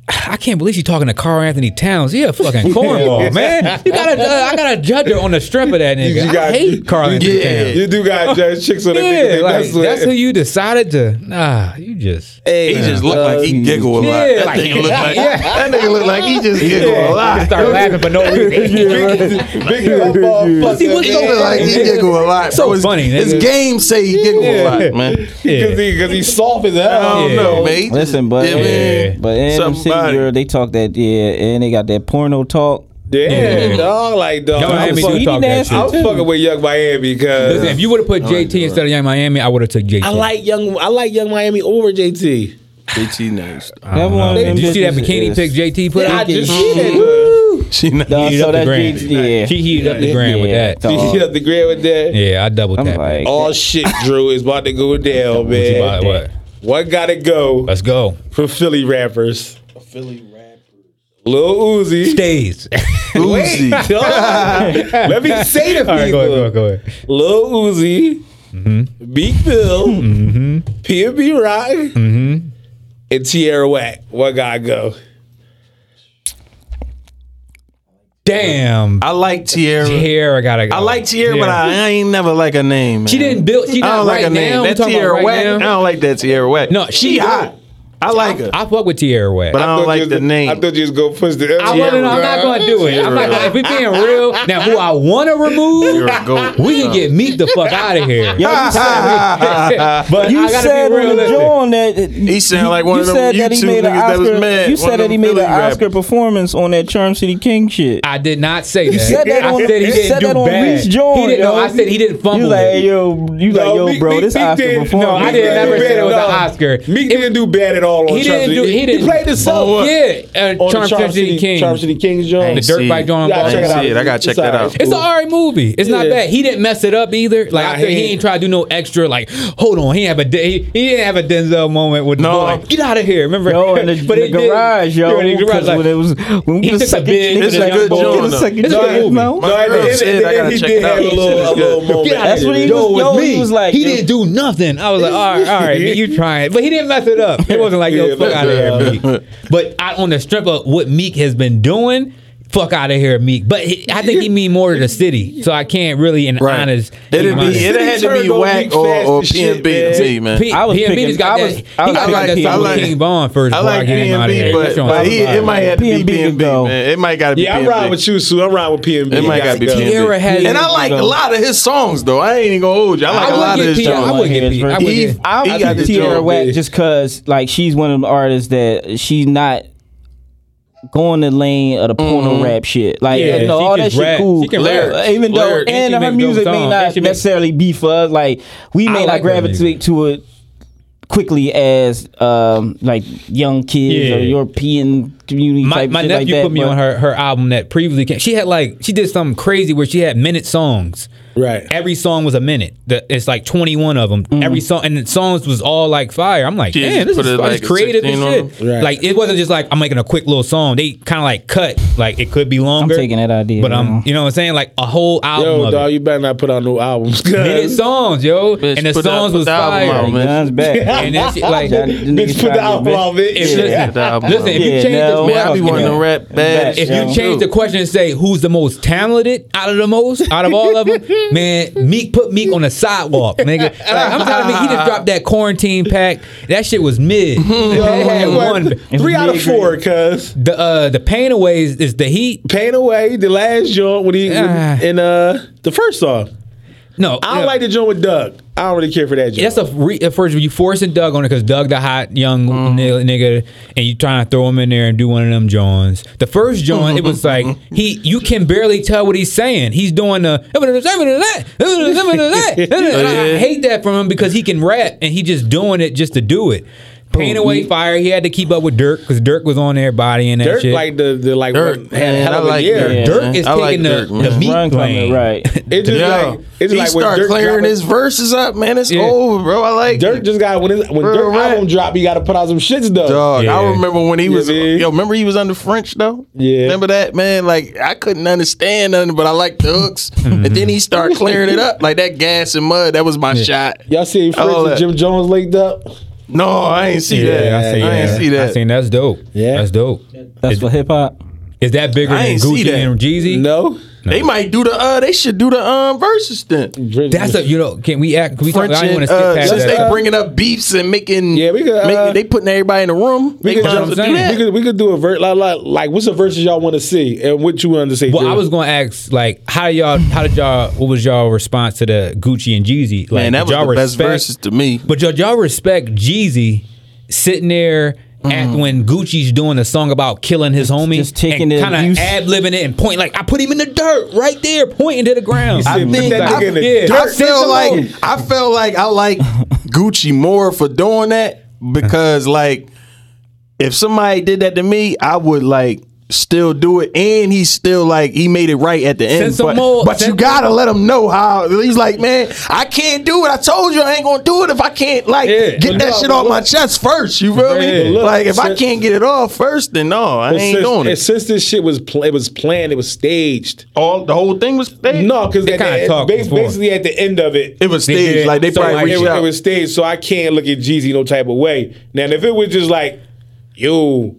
I can't believe she's talking to Carl Anthony Towns. He a fucking cornball, man. You gotta, uh, I gotta judge her on the strength of that nigga. You got- I hate Carl Anthing Yeah. Towns. You do got judge chicks on that Yeah, they like, mess with. that's who you decided to. Nah, you just. He just looked like he giggle a lot. Yeah, that, like- nigga look like, that nigga look like he just giggle a You lot. start laughing for no reason. Big football fuck. See, what's He going look like he giggle a lot. So bro. His- funny, His nigga. game say he giggle a lot, man. Because he, 'cause he soft as hell. I don't know, man. He just- Listen, but yeah, man. but in them city Somebody. girl, they talk that yeah, and they got that porno talk. Yeah, dog, like dog. Young I'm, Miami do fucking, talk that shit. I'm fucking with Young Miami because Listen, if you would have put JT instead of Young Miami, I would have took JT. I like young. I like Young Miami over JT. JT nice. That one of them Uh-huh. Did you see that bitches bikini is- pic JT put Yeah, I out? just Mhm. see that. She nice. Dog, heated so up the that gram. G- yeah. She heated up the Yeah. gram with Yeah, that. dog. Did you hit the grid with that? Yeah, I double I'm tapped. like, All shit, Drew, is about to go down, What you man. about- what? What gotta go Let's go. for Philly rappers? Philly rappers. Lil Uzi. Stays. Uzi. Let me say to people. All right, go ahead, go ahead, go ahead. Lil Uzi, Big Bill, P&B Rock, and Tierra Whack. What gotta go? Damn. I like Tierra. Here I gotta go. I like Tierra, but I, I ain't never like her name. Man. She didn't build. She I not don't like right her now. name. we That talking about Tierra right Whack. I now. don't like that Tierra Whack. No, she she hot. I like her. I fuck with Tierra Whack. But I thought don't you like was the gonna- name. I thought you was gonna push the I L. wasn't, I'm not gonna do it. I'm not gonna, if we being real, now who I wanna remove, You're a goat. we can get Meek the fuck out of here. Yo, you said, But you I gotta said be on the realistic. joint that He sound like one you of them said that he YouTube made an niggas that was Oscar- mad. You One said of that he them made an Philly rappers. Oscar performance on that Charm City King shit. I did not say that. You said that I on- said he you didn't said do that on bad. Reese Jones, He didn't. No, yo. I said he didn't fumble. You like, it. hey, yo, you like, No, yo, Meek- bro, Meek- this Meek Oscar did- no, performance. I Meek didn't didn't ever do say bad it was an at all. Oscar. Meek didn't do bad at all on He didn't Charm do. City. He didn't. played himself. what? Yeah, uh, On Charm the Charm City King. Charm City King's The John. Ain't dirt seen bike it. joint. Yeah, I check ain't it out. see it. I gotta check that out. It's an all alright movie. It's not Yeah. bad. He didn't mess it up either. Like Nah, after he, he ain't try to do no extra. Like hold on, he ain't have a de- he, he didn't have a Denzel moment with the No. ball, like get out of here. Remember? Yo, in the, But the it did. garage, yo. Yeah, in the garage, 'cause like- when it was when He we was took a sucking big- dick It's in a the young good boy, joint, was though. sucking It's a dick good in his movie. mouth. No, at the girl end- at said the I end gotta he check did it out. have a He little, said a it's little good. moment. Get out That's of what he here. was- Yo, yo, with he me. was like, he yo- didn't do nothing. I was like, all right, all right, man, you trying. But he didn't mess it up. It wasn't like, yo, Yeah, fuck out of here, that's- Meek. But I, on the strip of what Meek has been doing, fuck out of here, Meek. But he, I think he mean more to the city, so I can't really, in Right. honest, It'd be. honest. It had to Turned be on whack Meek or, fast or as shit, PNB to man. me, man. P- I was PNB picking- just got I was- that. I he was got like, that picking song PNB. with King Bond first. I before like came out of PNB, here. but, That's on but my he, it vibe. might have to be P&B could PNB, go. man. It might gotta be. Yeah, I PNB. ride with you, Sue. I ride with PNB. It might gotta be Gotta go. PNB. Tierra has- And I like a lot of his songs, though. I ain't even gonna hold you. I like I a lot would of get his P- I songs. would get P- I would He- get. He I got got the Tierra joint, Whack yeah. just cause like she's one of the artists that she's not going the lane of the porno rap shit. Like Mm-hmm. Yeah, you know, she all can that shit rap. cool. She can Lyrics. Uh, even though Lyrics. and And she her make music dope may songs. And not she make- necessarily be for us. Like we may like her not gravitate music. to it quickly as um like young kids or Yeah. European community my, type my shit like nephew that, put me but- on her her album that previously came. She had like she did something crazy where she had minute songs. Right. Every song was a minute. The, it's like twenty one of them. Every song and the songs was all like fire. I'm like, She man, just this put is it, like like, creative 16 and on shit. them. Right. Like it wasn't just like I'm making a quick little song. They kind of like cut. Like it could be longer. taking that idea, but um, man. you know what I'm saying? Like a whole album Yo, of dog, it. you better not put out no albums. minute songs, yo, Bitch, and the put that- songs put was the album fire. out, man. Guns back. And then she, like, That nigga Bitch, put tried the to album get- out, bitch. if, Yeah. listen, listen, if you Yeah, change no, this, Man, I be Fuck wanting yeah. to rap bad. If you Yeah. change the question and say who's the most talented out of the most, out of all of them, man, Meek put Meek on the sidewalk, nigga. Like, I'm telling you, he just dropped that quarantine pack. That shit was mid. It had one- Three out of four, cuz. The uh, the pain away is, is the heat. Pain Away, the last joint when he Ah. in uh the first song. No, I don't yeah. like the joint with Doug. I don't really care for that joint. That's a, re- a first. You forcing Doug on it because Doug the hot young Uh-huh. ni- nigga, and you trying to throw him in there and do one of them Johns. The first John, it was like he you can barely tell what he's saying. He's doing the and I hate that from him because he can rap and he just doing it just to do it. Pain away fire. He had to keep up with Dirk because Dirk was on there bodying that Dirk shit. like the the like Dirt, had a man, hell I of a like year. Dirt. Dirk is I taking like the, Dirk, man. the meat Run from it, lane. right. It just Yeah, like it's he like when start Dirk clearing dropped- his verses up, man. It's Yeah. over, bro. I like Dirk just got when his, when Real Dirk rap. album drop, he got to put out some shits though. Dog, Yeah. I remember when he Yeah, was man. yo. Remember he was under French though. Yeah. remember that man? Like I couldn't understand nothing, but I liked the hooks. and then he started clearing it up like that gas and mud. That was my shot. Y'all see Fritz All and that. Jim Jones linked up? No, I ain't see that. Yeah, I I, seen ain't that. see that. I seen that's dope. Yeah. that's dope. That's for hip hop. Is that bigger I than ain't see Gucci that. and Jeezy? No, They might do the. uh They should do the um verses then. That's a you know. Can we act? Can we talk? French I want and to skip uh, past since that. they bringing up beefs and making Yeah, we could, uh, making- they putting everybody in the room. we they could, might jump, as we, well do that. could, we could do a verse like, like like what's the verses y'all want to see and what you want to see? Well, Drew? I was gonna ask like, how did y'all? How did y'all? What was y'all response to the Gucci and Jeezy? Like, Man, that did was y'all the best respect- verses to me. But y'all, y'all respect Jeezy sitting there act when Gucci's doing a song about killing his homie, just taking the and kind abuse. of ad libbing it and pointing like I put him in the dirt right there, pointing to the ground. said, "Put that nigga in the yeah, dirt." I I sent feel some like over. I felt like I like Gucci more for doing that because like if somebody did that to me, I would like still do it and he's still like he made it right at the end some but, more- but you send- gotta let him know how he's like man i can't do it i told you i ain't gonna do it if i can't like Yeah. get that But shit no, off my chest first you feel me Yeah, look, like if i since- can't get it off first then no i But ain't since, doing and it since this shit was pl- it was planned, it was staged. all the whole thing was No, because kinda talked before. basically at the end of it, it was They staged did. like they So, probably like, it, reached was- out. it was staged, so I can't look at Jeezy no type of way. Now, if it was just like, yo,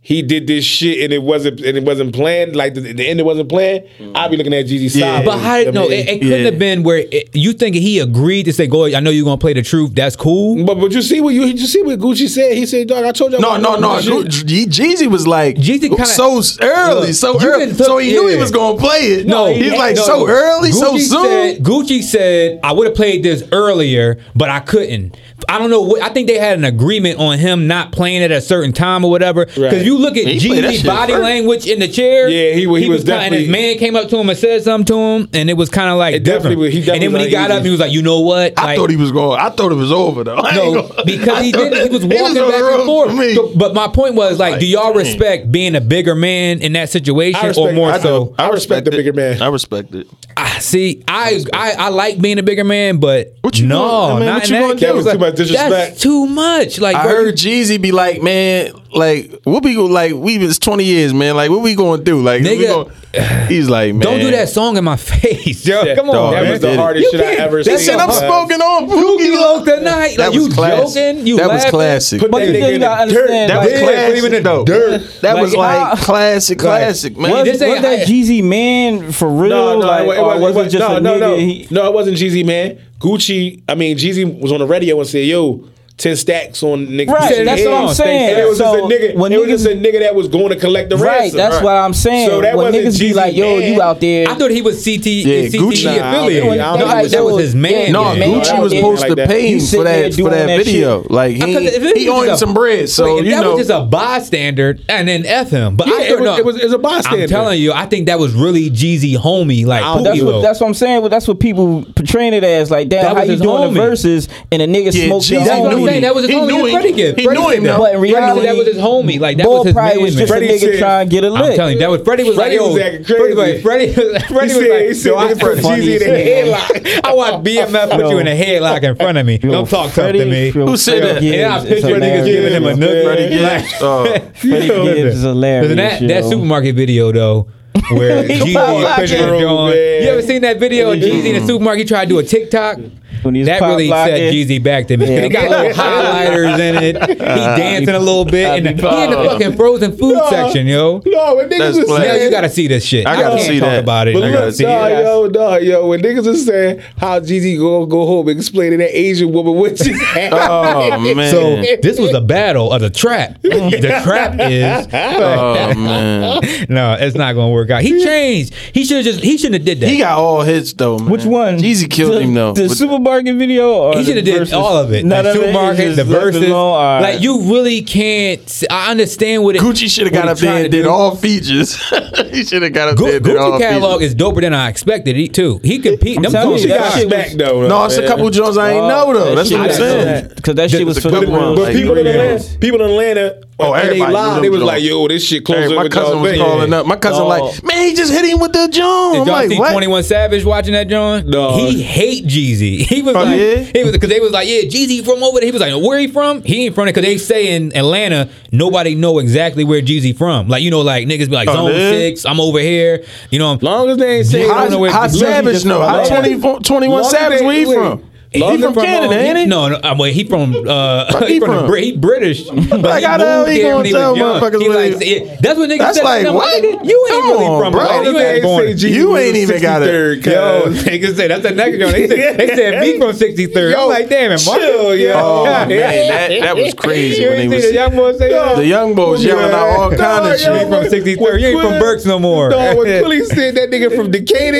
he did this shit and it wasn't and it wasn't planned, like the, the end it wasn't planned, Mm. I'd be looking at Jeezy side. But how? No, it, it couldn't Yeah. have been where it, you think he agreed to say, "Go, I know you're gonna play the truth. That's cool." but but you see what you you see what Gucci said. He said, "Dog, I told you." I No, wasn't no, doing no. that shit." Gu- G- Jeezy was like Jeezy kinda- so early, Look, so you early. can took- so he knew he yeah. was gonna play it. No, he's he- like no. so early, so Gucci soon. Said, Gucci said, "I would have played this earlier, but I couldn't." I don't know. What, I think they had an agreement on him not playing at a certain time or whatever. Because Right. you look at He played that Jeezy's shit body first. language in the chair. Yeah, he wa- he was kinda- and his definitely- man came up to him and said something to him, and it was kind of like It definitely different. was- he and then definitely when was he got uneasy. up, he was like, "You know what?" I Like, thought he was going. I thought it was over though. I ain't no, gonna- because he I thought- didn't. He was walking on back the road and forth. for me. So- But my point was like, Like, do y'all dang. respect being a bigger man in that situation, I or respect- more I so? do. I respect the it. bigger man. I respect it. I see. I, I I like being a bigger man, but What you no, gonna- I mean, not what in that you gonna do? case. That was Like, too much disrespect. That's too much. Like I bro, heard Jeezy be like, man, like what we go like we it's twenty years, man. Like what we gonna do? Like we Nigga, gonna- he's like, man, don't do that song in my face, yo. Yeah, Come on, dog, that man. was the You hardest shit I can't- ever seen. that That shit I'm Uh, smoking on. Boogie Loke tonight. That Like, you was class. joking? You that was laughing? classic. Put But that the nigga thing in I the dirt. understand, That like- was Yeah, classic. put him in the though. dirt. That was Like, like how- classic, classic, man. Was, this was ain't- that I- Jeezy man for real? No, no, like, it, wa- it or oh, wasn't, was it just no, a no, nigga? no, he- no. It wasn't Jeezy, man. Gucci, I mean Jeezy was on the radio and said, "Yo, ten stacks on nigga." Right, He said, that's "Yeah." what I'm And saying. it was just a So, nigga. when it was niggas- just a nigga that was going to collect the right, ransom. that's Right. what I'm saying. So that when wasn't niggas be Jeezy like, yo, man. you out there. I thought he was CT, Yeah, CT Gucci- Nah, affiliated. I don't E No, think- I that was his man. No, Yeah, man, Gucci was yeah, supposed like to that. pay You him for sitting there that for doing that, that video. shit. Like I couldn't- if he, it he was owned just a- some bread, so wait, if you that know. was just a bystander, and then f him. But I Yeah, it don't was- know. it was- it was a bystander. I'm telling you, I think that was really Jeezy homie. Like I don't- Pookie That's what, Loke. that's what I'm saying. Well, That's what people portraying it as. Like, damn, That how was you his doing homie. the verses and a nigga Yeah, smoked your Jeezy That's what knew I'm homie. saying. That was his He homie. knew He was him. Freddie Gibb. He Freddie knew Gibb. him, though. But in Freddie said reality, that was his homie. Like that Boy was his probably man. was just man. a Freddie nigga said- trying to get a lick. I'm telling you, that was Freddie was Freddie like, yo, was acting Freddie, crazy. was- Freddie, He Freddie was said, like, he said, yo, I "Look at Jeezy put in Jeezy the in a headlock. I want BMF put you in a headlock in front of me. Yo, Don't talk tough to Freddie me. Gibbs Who said is that? And I hilarious. picture niggas giving him a nugget. Freddie Gibbs. Like, Uh, Freddie Gibbs is hilarious. Listen, that, yo. that supermarket video though. Where Jeezy and pop-locking. Christian Bro, John. man. You ever seen that video of Jeezy in the supermarket? He tried to do a TikTok. When he's That really set pop-locking. Jeezy back to me. 'Cause He got little highlighters in it. He dancing a little bit. And he in the fucking frozen food No. section, yo. No, when niggas That's was flag. Yeah, saying, you gotta see this shit. I gotta can't uh, see talk that. about it. But I gotta look, see nah, it. yo, nah, yo, when niggas was saying how Jeezy go go home explaining that Asian woman what she had. oh So man. this was a battle of the trap. the trap is Oh man. no, it's not gonna work out. He changed. He should have just. He shouldn't have did that. He got all hits though. Man. Which one? Jeezy killed the, him though. The But- supermarket video. Or He should have the did verses? all of it. None the of it. He supermarket, just the left verses. alone? All right. Like you really can't. s- I understand what it. Gucci should have what got he up there tried and to did do. all features. he should have got up Gu- there and did all Gucci catalog features. is doper than I expected. He too. He compete. Them telling songs you, are that fire. shit was- back though. No, it's a couple joints I ain't know though. That's what I'm saying. Because that shit was a for the good one. real. But Like, people in yeah. Atlanta, people in Atlanta, Oh, when they everybody knew live, them they was joints. like, "Yo, this shit closer." Hey, my with y'all cousin was thing. calling up. My cousin Dog. like, man, he just hit him with the joint. Did I'm y'all like, see what? Twenty One Savage watching that joint? No. he hate Jeezy. He was Oh, like, yeah? he was because they was like, yeah, Jeezy from over there. He was like, where he from? He ain't from it because they say in Atlanta nobody know exactly where Jeezy from. Like you know, like niggas be like Oh, Zone yeah? Six. I'm over here. You know, I'm Long as they ain't saying, I don't know How, where how Jeezy is. savage Just no? How Atlanta. 20, 21 Long savage? as Where he they- from? He Long as from they- Canada, um, ain't he? No, no. I mean, he from uh, Fuck he, he from, from? The, Brit- he British. But Like, I know he here gonna when was tell young. motherfuckers He where like, he- yeah, that's what niggas That's said. like, I'm what? nigga, you ain't Come really on, from bro. Atlanta. You ain't born. Jeezy You ain't even got it. Yo, niggas say that's a nigga joint. They said, they said me from 63rd. I'm like, damn it, Mark. Chill, yo. Oh man, that, that was crazy You when they ain't seen was the young boy say that? the young boys yelling out all Yeah. kind Dog, You of shit. ain't from 63rd. You ain't from Berks no more. No, when Quilly said that nigga from Decatur,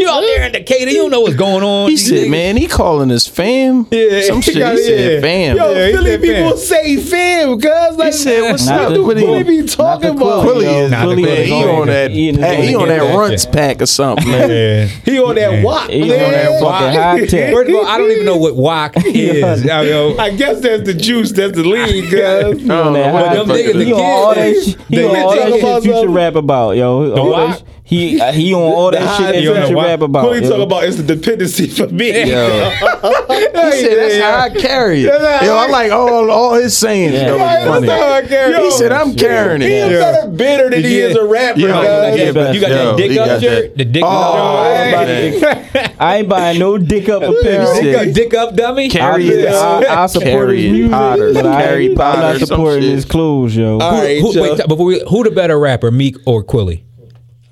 You out there in Decatur. You don't know what's going on. He These said, niggas man, he calling his fam. Yeah, Some he shit. got- he said yeah. fam. Yo, he Philly said people fam. say fam, cuz. Like, said, what's Not what up the with fuck Quilly. they be talking Not the about? Quilly. Quilly is Nah, the Quilly, Quilly he gonna on get it. that. He He, gonna get on it. that runts pack or something. man. Yeah. He on that wop, He on man. that fucking high tech. First of all, I don't even know what wok is. I mean, I guess that's the juice. That's the lead, cuz. I don't know Man, what how- the them fuck niggas it he Oh, is. on all that shit. He They- on all that they- shit Future rap about, yo. All why? that sh- He uh, he on all The that high shit that tech. You Future know why? rap about. Quilly yo. talk about it's the dependency for me. Yo. He Hey, said, that's yeah. how I carry it. That's how Yo, I- I like all all his sayings. Yeah. though, Right, it's that's funny. how I carry it. He said, I'm carrying He is it. better bitter than he Yeah. is a rapper, Yeah. cuz. you got Yo, that he dick got up shirt? that. The dick Oh, up. I Hey. ain't about that. I ain't buying no dick up apparel. Dick Dick up, dick up dummy? Carry I, it. I, I support Carry his it. music, Potter. but I, Carry I'm Potter not or some supporting shit. his clothes, yo. All right, Who, yo. wait, t- before we, who the better rapper, Meek or Quilly?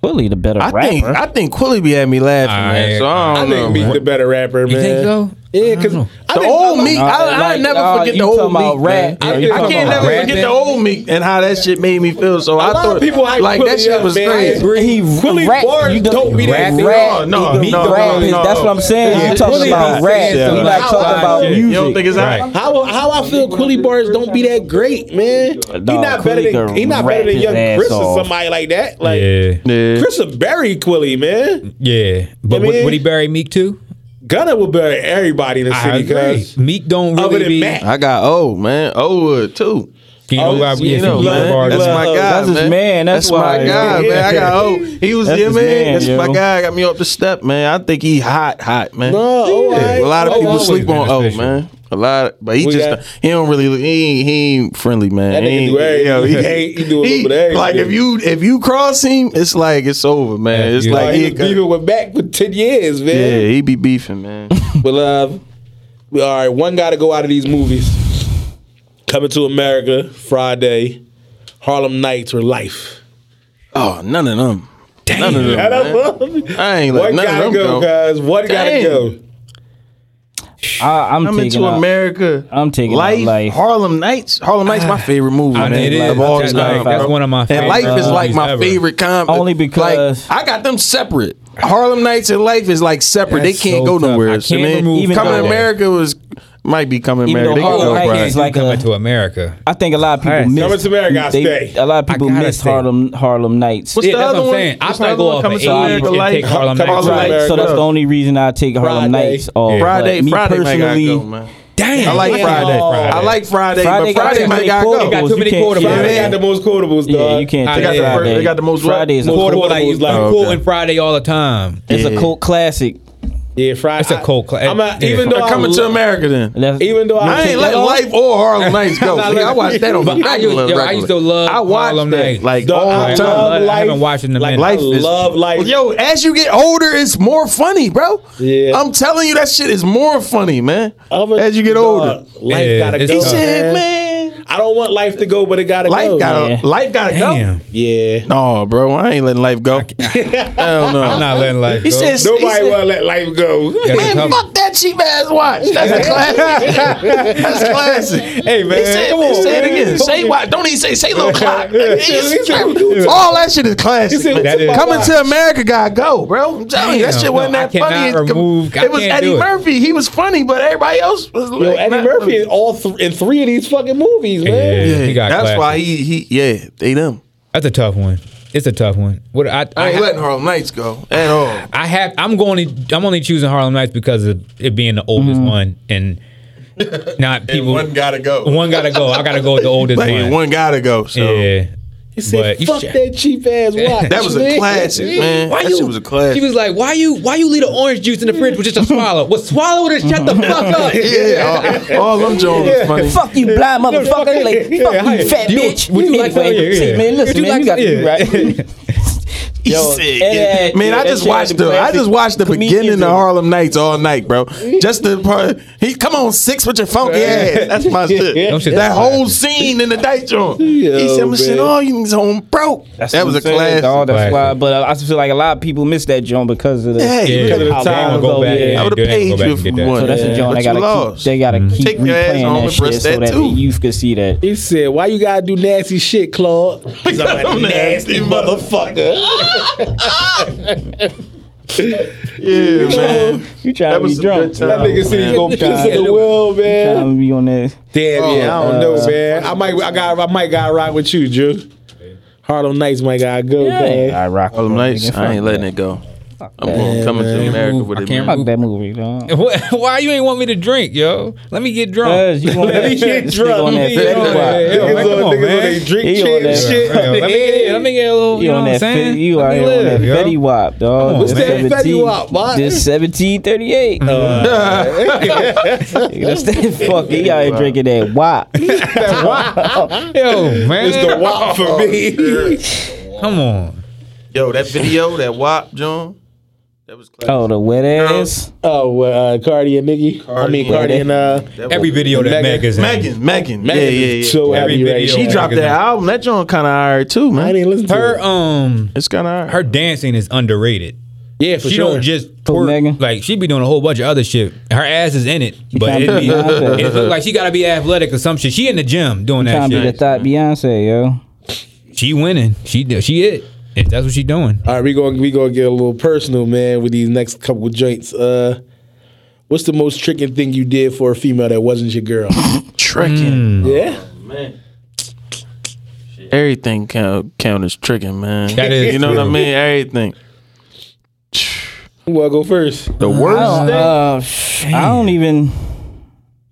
Quilly the better I rapper. think I think Quilly be having me laughing, All man. right. So I I don't know. think Meek's man. the better rapper, man. You think so? Yeah, because know. I The think- old I- Meek, Uh, I, I like, never uh, forget you the old talking about Meek. man. rap, I, yo, you I talking can't about never rapping. forget the old Meek and how that shit made me feel. So I lot of thought people hype like Quilly that shit up, was man. I crazy. agree. he Quilly rap, bars you don't- don't be that Rap, good. rap, no, either no, rap no, is- no. That's what I'm saying. Yeah. You talking Quilly about be rap? saying some You not wild talking about shit. You don't think music? it's Right. out? How how I feel Quilly Bars don't be that great, man. He Dog, not better Quilly than can he not better rap than his young ass Chris or off. somebody like that. Like Yeah. Yeah. Chris will bury Quilly, man. Yeah. But would, mean- would he bury Meek too? Gunna will bury everybody in the I city, agree. cuz. Meek don't Other really than be. Mac. I got old man. Oldwood too. You know, Oh, I, you yeah, know, Meek man. Bars. That's my Love. guy. That's his man. That's my why. guy, Yeah. man. I got old. He was That's your his man. man, That's my yo. guy. Got me up the step, man. I think he hot, hot, man. No, Yeah. alright. A lot of Oh, people always sleep been on old official. man. A lot, but he We just got- he don't really look- he ain't, he ain't friendly, man. That nigga he, ain't- do everything. yo, he, He ain't- he do a little bit of everything. Like if you if you cross him, it's like it's over, man. Yeah, it's you- Like, like he he, was beefing with Mac for ten years, yeah, man. he be beefing, man. But uh, we, all right, one got to go out of these movies. Coming to America Friday, Harlem Nights or Life. oh, none of them. None of them. I man. I ain't let One none of gotta them go, go. guys. One gotta Damn. go. I, I'm I'm taking into out- America. I'm taking out life. Life. Harlem Nights. Harlem Nights Ah. my favorite movie, I man. mean, it is. Of all That's, time, like, that's bro. one of my And favorite life is like movies my ever. favorite comedy. Only because- like, I got them separate. Harlem Nights and Life is like separate. That's they can't so go tough. nowhere. I So, can't man, remove even coming Friday. to America was might be coming to Even America. They though could Harlem go Nights right. is It's like like coming a- to America. I think a lot of people Alright. miss. Coming to America, I stay. A lot of people I gotta miss stay. Harlem Harlem Nights. What's Yeah, the that's other what I'm one? saying. I What's probably the other go one off coming of to age America? and Life? take Harlem Come Nights. on, Right, America. so that's the only reason I take Harlem Friday. Nights. Or but Friday, me Friday might personally, gotta go, man. Damn. I like yeah. Friday. Oh. I like Friday, Friday but got Friday too might many Got gotta go. quotables. too many You can't- yeah, quarterbacks. Friday man. got the most quotables, Yeah, dog. you can't. take Friday got the Friday. first- they got the most what? Friday is a Quarter cult, like Quarterbacks you like like- quoting Friday all the time. it's a Yeah. cult classic. Yeah, Friday. It's a cold cla- I'm not, yeah. even though They're I Coming to lo- America then. That's- Even though I I ain't take let that off, life or Harlem Nights go. Nah, I watched that on But I used, regular, yo, I used to regular. love I watched Harlem that, Nights. like Dog, all I the I, love time. love- I haven't life. watched in a Like minute. life is- Love life. Yo, as you get older, it's more funny, bro. Yeah. I'm telling you, that shit is more funny, man. other- as you get older, dog, life Yeah, gotta it's go. tough. shit, man. man. I don't want life to go, but it gotta Life go. gotta, yeah. life gotta Oh, Damn. go. yeah. No, bro, I ain't letting life go. Hell no. I'm not letting life He go. says, he Nobody said- wanna let life go. That's Man, tough. fuck that cheap ass watch. That's a classic. That's classic. Hey man, he said, come he on, said man. it again. Say watch. Don't even say say little clock. He said- All that shit is classic. He said, man. "That is- Coming to America, gotta go, bro. I'm telling you, that Damn, shit wasn't no, I that cannot funny. It- remove- I it was can't Eddie do it. Murphy. He was funny, but everybody else was. Yo, Eddie Murphy in all th- in three of these fucking movies, man. Yeah, he got that's classic. why he he yeah they them. That's a tough one. It's a tough one. What I I ain't I, letting Harlem Nights go at all. I have I'm going I'm only choosing Harlem Nights because of it being the oldest Mm-hmm. one and not people gotta go. one gotta go. I gotta go with the oldest Like, one. one gotta go. So yeah. He said, But you "Fuck should- that cheap ass watch." that was a man. classic, man. Why That you- shit was a classic. She was like, "Why you? Why you leave the orange juice in the fridge with just a swallow? Well, swallow it and shut the fuck up." yeah, all, all them Jones was funny. Fuck you, blind motherfucker! Like, fuck you, fat Do you- bitch! Would you like Anyway, to- yeah, see, yeah. man, listen, Would you man, like you to- got to be yeah. right. Yo, Sick. and that- man, yeah, I that just shit watched is the I classic just watched the comedians beginning of and- Harlem Nights all night, bro. Just the part he come on six with your funky ass. That's my shit. Them shit that is whole scene in the night joint. he Yo, said, "I'm shit man. all you niggas home broke." that was a what I'm saying, classic. dawg. That's Classic. why, but I I feel like a lot of people miss that joint because of the. Hey, Yeah, look at the how time will long go ago back. it is. Yeah, I would do have that, go paid back you and if get you that. won. So that's a Yeah. joint But they you gotta keep, lost. they gotta keep Take your ass home replaying and that shit brush so that that the tooth. youth could see that. He said, "Why you gotta do nasty shit, Claude?" 'Cause I'm a nasty motherfucker. Yeah, man. You trying to That be was a drunk? good That time. nigga said he man. gonna piss in the well, man. Trying to be on that. Damn, yeah, I don't uh, know, man. I might, I got, I might got rock with you, Drew. Harlem Nights might gotta go, man. I rock. All them with that nights, nigga. I ain't Fuck letting that. it go. I'm going coming to man. America with I it. can't man. Fuck that movie, dog. What- Why you ain't want me to drink, yo? Let me get drunk. Cuz you want Let me get drunk. on Let that me get fifty on block. that. Yeah, Niggas come on- on, niggas on man. they drink He on champ that- shit. Yo, let, me get, let me get a little. You, You know on what I'm that saying? Fetty, you Let out me here on that live, yo. Fetty Wap, dog. on, This man. Fetty 17 Wap, boy. This 1738. Nigga, That's that fuck. He out here drinking that Wap. Yo, man. It's the wop for me. Come on. Yo, that video, that WAP, John. That was classic. Oh, the wet ass. Oh, well, uh, Cardi and Nicki. I mean, Cardi and uh, That Every was- video Megan- that Meg is in. Megan, Oh, Megan, Megan yeah, is yeah, yeah. So Every happy right video. she now. Megan dropped is- that album. That joint kind of alright too, I man. didn't listen to Her it. um It's kind of her dancing is underrated. Yeah, for she sure. don't just Who, twerk Megan? like she be doing a whole bunch of other shit. Her ass is in it, but trying it, to be, be Beyonce. it look like she gotta be athletic or some shit. She in the gym doing that Trying to be the shit. thought Beyonce, yo. She winning. She do- she it. If that's what she doing. All right, we going we gonna get a little personal, man, with these next couple joints. Uh, what's the most tricking thing you did for a female that wasn't your girl? tricking. yeah, Man. Everything count, count as tricking, man. That is you know what I true. mean. Everything. who wanna go first? The Oh, worst thing. Uh, I don't even.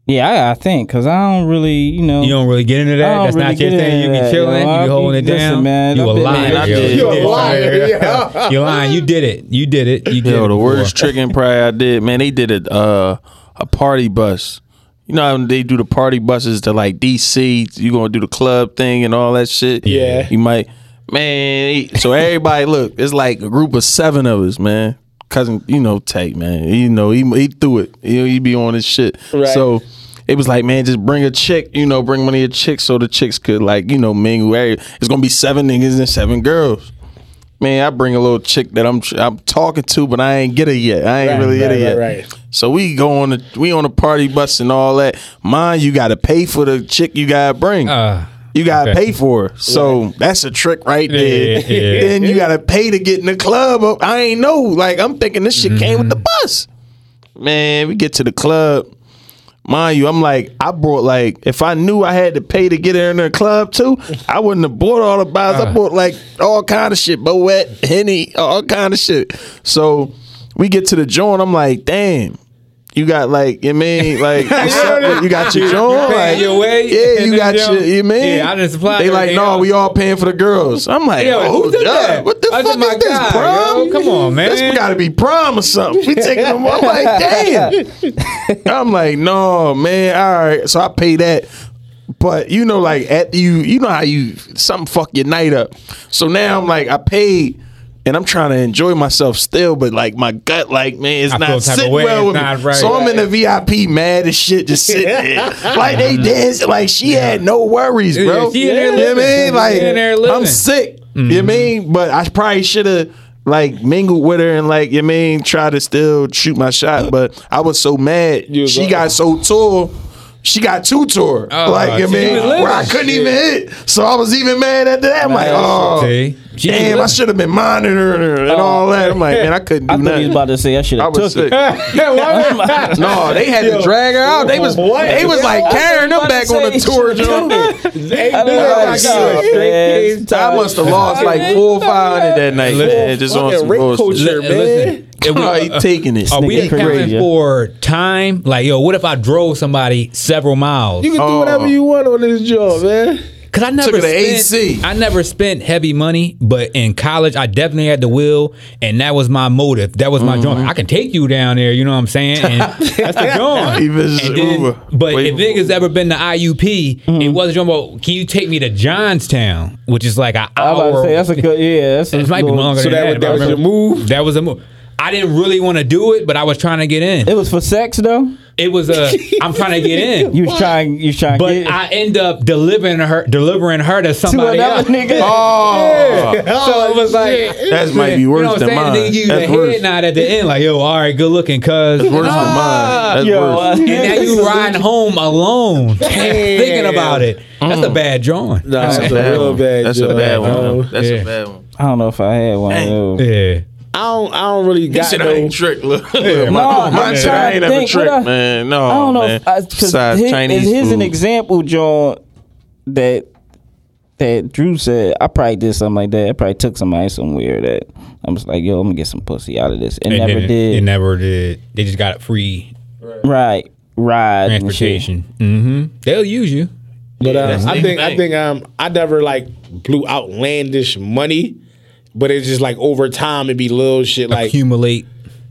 Yeah, I, I think because I don't really, you know. You don't really get into I that. don't That's really not your get thing. You into be that, chilling. yo. I You be- be holding it listen, down. man, you I've a been liar. there. yo. You You a did liar, something. You lying. You did it. You did it. You did Yo, it. the before. worst tricking probably I did, man. They did a uh, a party bus. You know how they do the party buses to like DC. You gonna do the club thing and all that shit. Yeah. you might, man. they- So everybody, look, it's like a group of seven of us, man. Cousin, you know, Tate, man. You know, he he threw it. You know, he be on his shit. Right. So. It was like, man, just bring a chick, you know, bring one of your chicks so the chicks could like, you know, mingle. Every- It's gonna be seven niggas and seven girls. Man, I bring a little chick that I'm I'm talking to, but I ain't get her yet. I ain't Right, really right, get her right, yet. right. So we go on the we on the party bus and all that. Mind you, got to pay for the chick you gotta bring. Uh, you gotta okay. pay for her. So that's a trick right yeah, there. yeah. then you gotta pay to get in the club. I ain't know. Like I'm thinking this shit came with the Mm-hmm. bus. Man, we get to the club. Mind you, I'm like, I brought like, if I knew I had to pay to get her in the club too, I wouldn't have bought all the bottles. Uh. I bought like all kind of shit, Moet, Henny, all kind of shit. So we get to the joint, I'm like, damn. You got like, you mean like, what's up? you got your joint, paying like, your way yeah, in you the got joint? your, you mean, Yeah, I done supplied They like, everything no, else. we all paying for the girls. I'm like, Yo, oh, who did that? What the Under fuck my is this, God, prom? yo. Come on, man. This got to be prom or something. We taking them. I'm like, damn. I'm like, no, man. All right. So I pay that. But you know, like at you, you know how you something fuck your night up. So now I'm like, I paid. And I'm trying to enjoy myself still, but like my gut, like man, it's I feel not type of sitting way, well it's with me. not right. So I'm in the VIP, mad as shit, just sitting there. like they danced, like she had no worries, Mm-hmm. Yeah, bro. she in there you know what I living. mean? Like She in there I'm living. Mm-hmm. sick. You mean? But I probably should have like mingled with her and like you mean try to still shoot my shot. But I was so mad. You was she like- got so tall. She got too tall. Oh, like you she mean was living. where I couldn't even hit. So I was even mad at that. I'm like, oh See? She was damn, I living. should have been monitoring her and all that. I'm like, man, I couldn't do I thought he was nothing. about to say I should I have took was it. sick. No, they had to drag her out. They was What? they was like carrying them back on the tour. Joe. Ain't know no how like to that. stop, man. I must have lost like four or five hundred that night, man. Just on Fucking some rape bullshit. culture, Li- listen, man. if we- How you taking it? Are we Nigga accounting crazy. for time? Like, yo, what if I drove somebody several miles? You can Oh. do whatever you want on this job, man. Cause I never Took it to spent, AC. I never spent heavy money, but in college I definitely had the will, and that was my motive. That was my Mm-hmm. joint. I can take you down there. You know what I'm saying? And that's the joint. Even just And then- Uber. but if Wait, niggas ever been to IUP, it wasn't joint. Well, can you take me to Johnstown, which is like an I was about hour? to say that's a good. Yeah, that's a it might be little- longer. So than that was- if that I was your remember. move? That was a move. I didn't really want to do it, but I was trying to get in. It was for sex though. It was a I'm trying to get in. You was trying. You was trying. But to get I end up delivering her, delivering her to to somebody another else. nigga. Oh, So it was like that might be you know worse what than I'm saying? They mine. give you That's the worse. head nod at the end, like yo, all right, good looking, cuz. That's worse than And mine. That's Yo, worse. uh, now you riding home alone, thinking about it. That's a bad drawing. Nah, That's a bad real one. That's a joint. bad one. Um, That's Yeah. a bad one. I don't know if I had one. Dang. though. Yeah. I don't. I don't really He got said no. I ain't tricked. Look, my, No, my I'm shit, trying I to ain't never think, what I- tricked, man. No, I don't know. Oh, man. If I, cause Besides his, Chinese is his an food. example, John, that that Drew said. I probably did something like that. I probably took somebody somewhere that I'm just like, yo, I'm gonna get some pussy out of this. It never didn't. did. It never did. They just got free right, ride and shit. transportation. Mm-hmm. They'll use you. But uh, that's I the think I thing. think um I never like blew outlandish money, but it's just like over time it'd be little shit like Accumulate.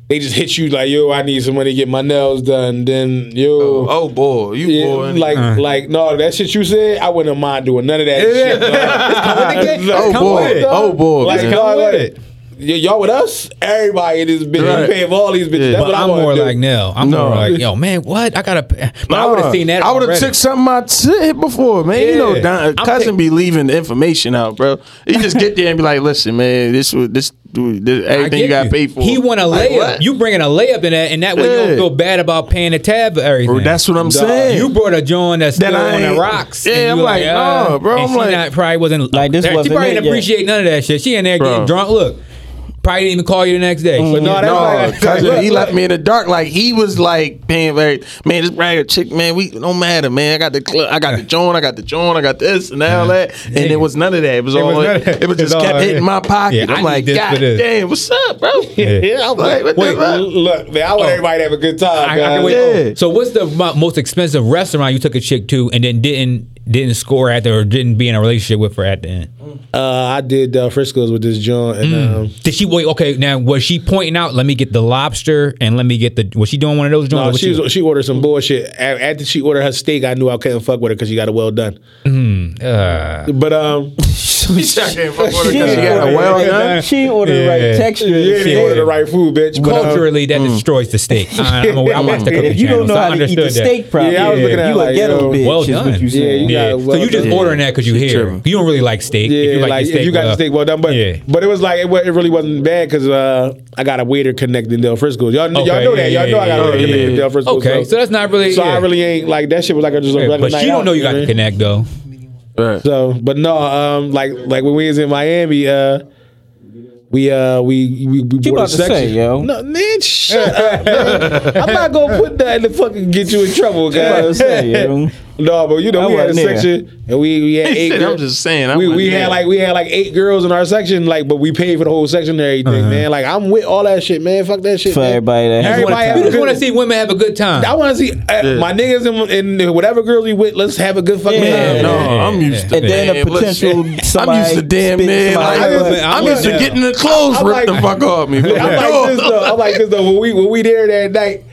they just hit you like yo I need some money to get my nails done then yo. Oh boy, you Yeah, boy. like, like, no, that shit you said, I wouldn't mind doing none of that shit. dog. again. Like, Oh, come boy. with it, dog. Oh, boy, Like, man. dog, Come with like, it. y- y'all with us? Everybody in this bitch. Right. You pay for all these bitches. Yeah. That's But what I I'm want more to do. like no. I'm No. more like yo, man. What I gotta. But I would have seen that. I would have already. took something I said before, man. You know, Yeah. Don, cousin be leaving the information out, bro. He just get there and be like, "Listen, man, this was this, dude, this I everything get you got paid for." He want a Like, layup. what? you bringing a layup in that, and that way you Yeah. don't feel bad about paying the tab for everything. Bro, that's what I'm saying. You brought a joint that's That still I on ain't- the rocks. Yeah, and you I'm like, ah. nah, bro, And I'm she like- not, probably wasn't Like, this She wasn't probably it didn't yet. appreciate none of that shit. She in there Bro. getting drunk. Look, probably didn't even call you the next day. But no, that's No, like, cousin, look, he look, left me in the dark. Like he was like paying very man, this bragger chick, man, we don't matter, man. I got the club, I got the joint, I got the joint, I got this and all that. And it was none of that. It was all was none of that. it was It's just all- kept hitting my pocket. Yeah, I I'm need like, this God for this." damn, what's up, bro? Yeah, I'm like, what Wait, the fuck? look, man, I want everybody to have a good time. Oh. I, I can guys. wait. Yeah. Oh, so what's the mo- most expensive restaurant you took a chick to and then didn't didn't score at the or didn't be in a relationship with her at the end? Uh, I did uh, Frisco's with this joint, Hmm. and um, Did she wait? Okay, now was she pointing out? Let me get the lobster and let me get the. Was she doing one of those? joints? no, What she she- was, she ordered some bullshit. A- After she ordered her steak, I knew I couldn't fuck with her because she got it well done. uh, But um, She got a well done. She ordered the Yeah. right texture. yeah, she Yeah. ordered the right food, bitch. But, um, Culturally, that destroys the steak. I, I'm aware. I watched the If cooking If you channel, don't know so I how to eat the understood that. steak properly, Yeah, I was looking at you it a like, ghetto yo, bitch. Well is what done. you Yeah, saying. you Yeah. got so well you just done. ordering that because you hear. tripping. You don't really like steak. Yeah, if you like, like, your steak if you got well. the steak well done, but yeah. but it was like it, wa- it really wasn't bad because uh, I got a waiter connected in Del Frisco. Y'all, kn- y'all Okay, know that. yeah, Y'all know I got yeah, a waiter yeah, connected yeah. in Del Frisco. Okay, so that's not really- So yeah. I really ain't like that shit was like just a regular but night she don't out, know you got to mean? connect though. So, but no, um, like like when we was in Miami, uh, we uh we we, we You bought about a to say, section. yo. No, man, shut up. Man. I'm not gonna put that to fucking get you in trouble, about to guys. say, yo. no, but you know I we had a wasn't there. section and we we had eight. Shit, I'm girls. just saying. I we wasn't we there. had like we had like eight girls in our section, like but we paid for the whole section and everything, man. Like I'm with all that shit, man. Fuck that shit. Uh-huh. For man. everybody that has everybody one have You a just good- want to see women have a good time. I want to see uh, my niggas and, and whatever girls we with. Let's have a good fucking Yeah. time. No, man. I'm used to And then damn, a potential listen, I'm somebody used to damn spit man. somebody Like, I was- I'm, I'm used to like- getting the clothes I'm ripped like- the fuck off me. I'm like this though. I'm like this though. When we when we there that night,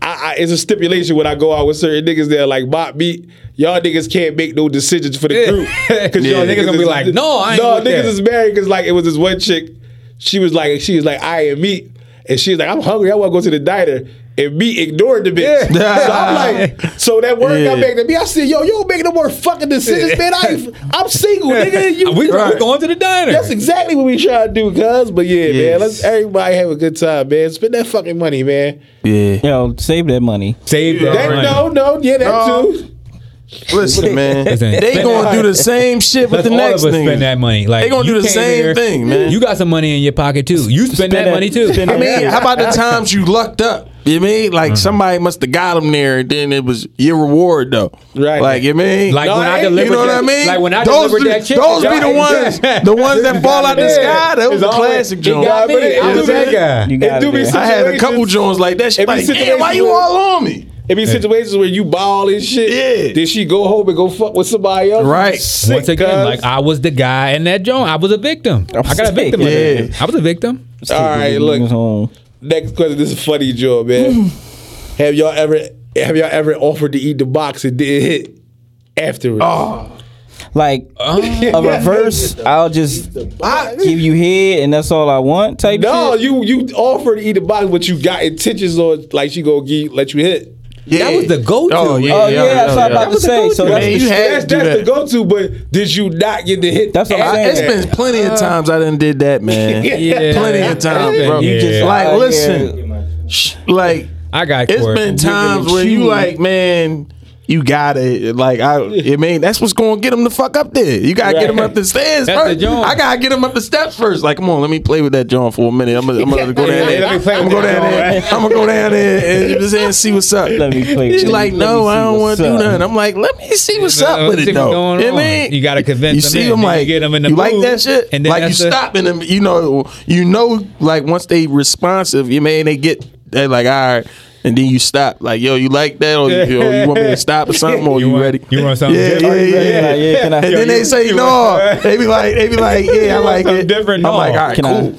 I, I, it's a stipulation when I go out with certain niggas there. Like Bob beat y'all niggas can't make no decisions for the Yeah. group because Yeah. y'all Niggas niggas gonna be is- like, "No, I ain't no with niggas that." is married because like it was this one chick. She was like she was like I am meat and she was like I'm hungry. I want to go to the diner. And me ignored the bitch. Yeah. So I'm like, so that word got Yeah. back to me. I said, yo, you don't make no more fucking decisions, man. I ain't, I'm single, nigga. You, we, Right. are going to the diner. that's exactly what we try to do, cuz. But yeah, Yes. man, let's everybody have a good time, man. Spend that fucking money, man. yeah. Yo, save that money. Save that. That, money. no, no, yeah, that No. too. Listen, man, Listen, they spend gonna that- do the same shit with Let's the all next of us spend nigga. that money. Like They gonna you do the came same here, thing, man. You got some money in your pocket too. You spend, that, that- money too. spend I that- mean, how about the times you lucked up? You mean like Mm-hmm. somebody must have got them there, and then it was your reward though. Right. Like you mean, Like when I you delivered know what that- I mean? like when I those delivered be, that chicken, Those be the y'all- ones, the ones that fall out the sky. That It's was a always- classic it joint. got me. You know I what was I'm that saying? guy. You It gotta do be. be I had a couple situations- joints like that. She It be like, damn, situations why you where- all on me? It be situations where you buy all this shit. Yeah. Then she go home and go fuck with somebody else. Right. Sick, Once again, cuz. like I was the guy in that joint. I was a victim. i I'm got a saying. victim. of that. Yeah. I was a victim. all right, look. Home. Next question. This is funny, Joe, man. have y'all ever have y'all ever offered to eat the box and didn't hit afterwards? Like Oh. a reverse, I'll just give you head and that's all I want type No, shit. you you offered to eat the box, but you got intentions on like she gonna get, let you hit. Yeah. That was the go-to. Oh yeah, Oh, yeah, that's what I'm about yeah. to say. So Man, that's you had that's, to do that's that. the go to, but did you not get the hit? That's what I'm I, saying. it's been plenty of times I done did that, man. Yeah. Plenty of times, bro. You just- like, Oh, yeah. listen, sh- like I got it's for it. been times where you like, man, You gotta like I. It mean that's what's gonna get him the fuck up there. You gotta get him Right. up the stairs That's first. the joint. I gotta get him up the steps first. Like, come on, let me play with that John for a minute. I'm gonna, I'm gonna go down Yeah, there. let me I'm play gonna with go that down joint, there. right? I'm gonna go down there and just and see what's up. Let me play with She it. like, Let no, me see I don't want what's to do up." nothing. I'm like, let me see what's Yeah, up let's with see it what's though. going You know what I on. mean? You gotta convince You them see in, them then you like get them in the you like mood, that shit. and then like you that's the- stop and them. You know, you know, like once they responsive, you mean they get they like all right. And then you stop, like, yo, you like that, or you, or you want me to stop or something, or you, want- ready? you want something Yeah, different? yeah, Like, yeah, yeah, can I- And Yo, then they you- say you no. want- They be like, they be like, yeah, I want like something it. different? I'm No. like, all right, Can I- cool.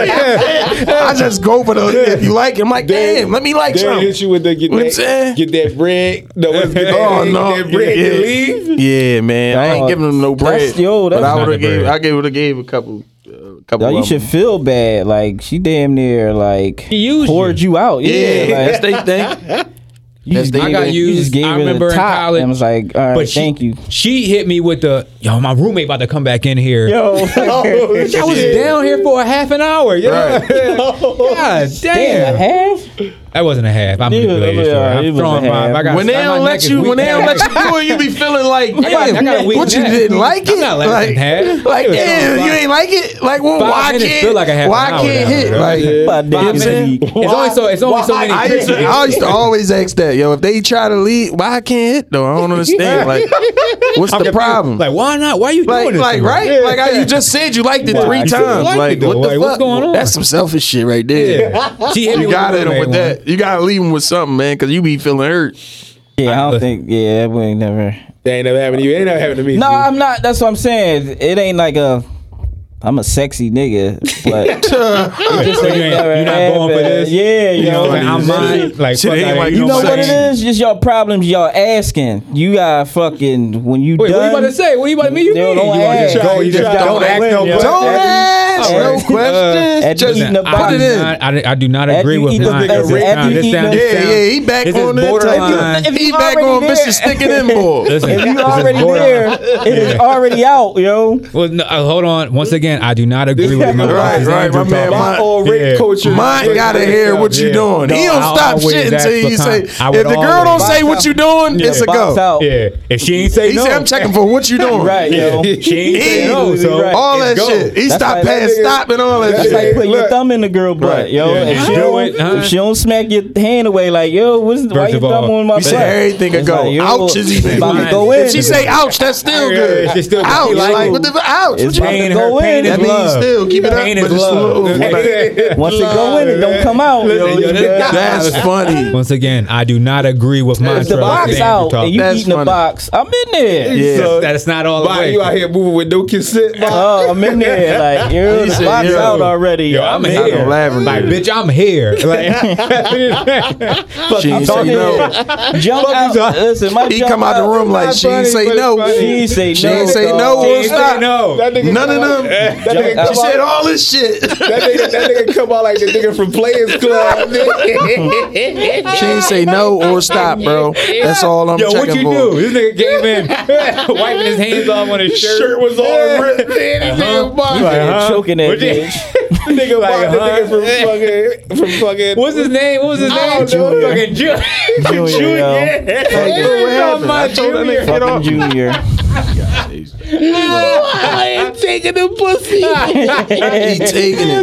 I just go for the if you like. it. I'm like, They- damn, let me like They something. hit you with the get What I'm saying? that, get that bread. No, let's get that, Oh get no! that bread yeah, and leave. Yeah, man. I ain't Dog. giving them no bread. That's- yo, but that's I not would have the gave. bread. I would have gave a couple. Uh, couple. Dog, you of should them. feel bad. Like she damn near like She used poured you, out. Yeah, Yeah, that's like, they think. you that's just they- gave I got her, you used. just gave I her the remember in top, college, And was like, all right, but she, thank you. She hit me with the yo. My roommate about to come back in here. Oh, I was shit. down here for a half an hour. Yeah. God damn, a damn. half. That wasn't a half. I'm Yeah, manipulated. yeah, story. it I'm was throwing a five. half. I got When they I got don't let neck you, is when they weak. don't let you do it, you be feeling like, I got- I got a damn, weak what you neck. didn't like I'm it? not laughing like, at that. like, It was damn, fun. you ain't like it? Like, well, Five why minutes can't? feel like a half why an hour can't now, hit? bro. Like, Yeah. My you know what dick I'm is saying? weak. It's only so. It's only so many. I used, to, things. I used to always ask that, yo. If they try to leave, why I can't hit though? I don't understand. Like, what's the problem? Like why not? Why are you Like, doing this? like, to me? right? Like, I, you just said you liked it Why? three I still times. like it, Like, though. what the Like, fuck? what's going on? That's some selfish shit right there. Yeah. She hit me You with got the hit him roommate with one. that. You gotta leave him with something, man, because you be feeling hurt. Yeah, I don't think. Yeah, that would never. They ain't never happened to you. They ain't never happened to me. No, I'm not. That's what I'm saying. It ain't like a. I'm a sexy nigga, but So you ain't, you're not going for this. Yeah, You know, like, funny I'm as mine. Like, Shit fuck ain't outta like here. You no know sex. what it is? Just your problems y'all asking. You got fucking when you Wait, done. what you about to say? What you about to mean? You Yo, mean? don't you wanna ask. just go, you Try- just try- don't don't ask ask no no questions. question. Don't ask All no right. Uh, questions. at Just eating the put I it body. do in. not. I, I do not Have agree you with eaten the- mine. This have sound- you this eaten sound- the- this Yeah, sound- yeah, he back this is on that borderline. type. If Of, he you back on already Mr. there- Sticking in board. Listen, If this you is already borderline. there, it is already out, yo. Well, no, uh, hold on. Once again, I do not agree with my Right, boss, right, Andrew my man, Thomas. my- All Rick Yeah. culture. Mine gotta hear what you Yeah. doing. he No, don't I stop always shit until ask you for say. com- I If would the girl don't always say box what out. you doing, it's a Box go. Oh. out. Yeah, if she ain't say He no, said, "I'm checking for what you doing." Right, yo. she ain't say He- no. So Right. All that it's go. shit. He That's stopped like that past nigga- stop and all that It's shit. like putting your look. thumb in the girl butt, Right. yo. Yeah. If, Just she do don't, it, huh? if she don't smack your hand away, like yo, what's why First your of thumb all, on my You butt? said everything could It's go. like, yo, ouch is even. about fine. to go in. If she say ouch, that's still Yeah, good. she still- ouch, she like, like- what the ouch? It's What you- Pain, About to her go pain in. is That means love. still keep it up, Pain but is it's love. love. once it go in, it don't come out. Listen, yo, yo, this guy- That's funny. Once again, I do not agree with my if the box out and you That's eating the funny. box, I'm in there. Yeah. Uh, That's not all the Why way. you out here moving with no consent? Bob? Oh, I'm in there. Like, yo, He the said, box yo. out already. Yo, I'm, out here. of lavender. Like, bitch, I'm here. Like, Fuck, She I'm ain't say talking no. here. Jump out. talking. Listen, my He jump come out the room like That's she ain't funny, say but it's no. funny. She ain't say She no. ain't say dog. no. she ain't Stop. say no. That nigga None come of out- them. That nigga, She come out, said all this shit. that, nigga, that nigga come out like the nigga from Players Club. She ain't say no or stop, bro. That's all I'm Yo, checking what you for. do? This nigga came in, wiping his hands off on his shirt. Shirt was all ripped. Uh-huh. He Like, said, huh? choking that What you- bitch. The nigga Like, like the nigga huh? from fucking from fucking. What's his name? What was his I name? don't know. Fucking Junior. Junior, yo. Hey, yo, what Talking happened? I about told that nigga Junior. get Fucking off. junior. He taking it. I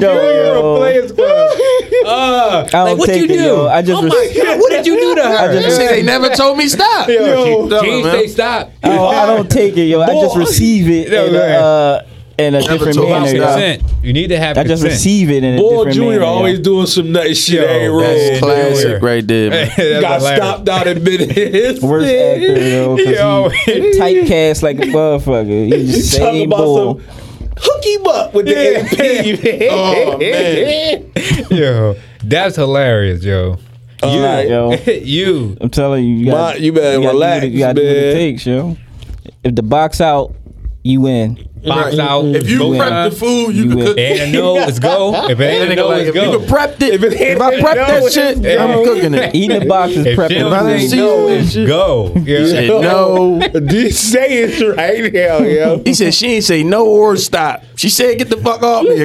don't, Junior yo. from Players Club? Uh, I like, don't what take you it, do? yo. I just oh my res- God, what did you do to her? I just- See, they never told me stop. Yo, she ain't say stop. I don't, Oh, I don't take it, yo. I just Boy. receive it Yo, in a, man. uh, in a different told manner, me yo. stop. I Consent. You need to have just consent. receive it in a Boy, different Junior manner. always doing some nutty shit. Yo, that ain't wrong. that's cla- classic right there. man. That's Got hilarious. stopped out in mid Worst actor, yo, 'cause Yo, he typecast like a motherfucker. He just Talking same about bull. some- Hook him up with the AP. Oh, man. Yo, that's hilarious, yo. You, right, yo. you. I'm telling you, you, gotta- Ma, you better gotta do what it- relax, you gotta do what man. it takes, yo. If the box out, you win. Box out. If you You prep win. the food, you, You can win. cook. Ain't a no, it's go. If it ain't a no, it's if you go. could prepped it, it if I ain't prepped no, that shit, it's I'm no. cooking it. Eating the box is If prepping. them I didn't ain't see no, you, it's go. He Yeah. said no. This say it's right now, yo. He said she ain't say no or stop. She said get the fuck off me.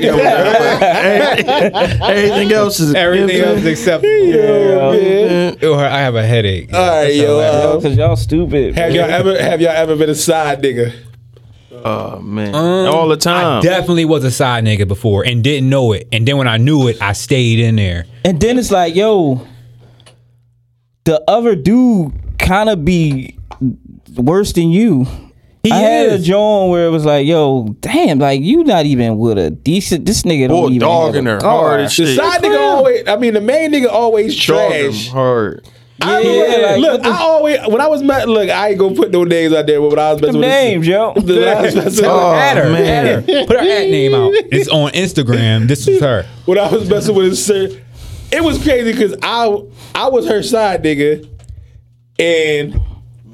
Everything else is Everything else acceptable. Yo, man. Ew, I have a headache. All right, yo. uh, Because y'all stupid. have y'all ever have y'all ever been a side nigga? Oh man, all the I time. definitely was a side nigga before and didn't know it. And then when I knew it, I stayed in there. And then it's like, yo, the other dude kind of be worse than you. He I had a is. joint where it was like, yo, damn, like you not even with a decent. This nigga don't Bull even have dogging a her car. hard as The shit. side nigga always. I mean, the main nigga always Dogging trash. him hard. I Yeah, remember- like, look, what the- I always when I was mad. Look, I ain't gonna put no names out there. But when I was messing Them with names, yo. the last messing Oh, at her. man. At her. Put her at name out. It's on Instagram. This is her. when I was messing with his sir, it was crazy because I I was her side nigga, and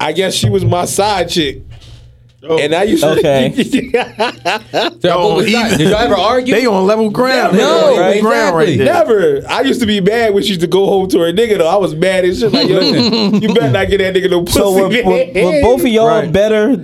I guess she was my side chick. And I used to Okay. Don't even- Did y'all ever argue? They on level ground. No, They on level exactly. ground right there. never. I used to be mad when she used to go home to her nigga though. I was mad as shit. Like yo, you better not get that nigga no pussy. So were, were, were both of y'all all Right. better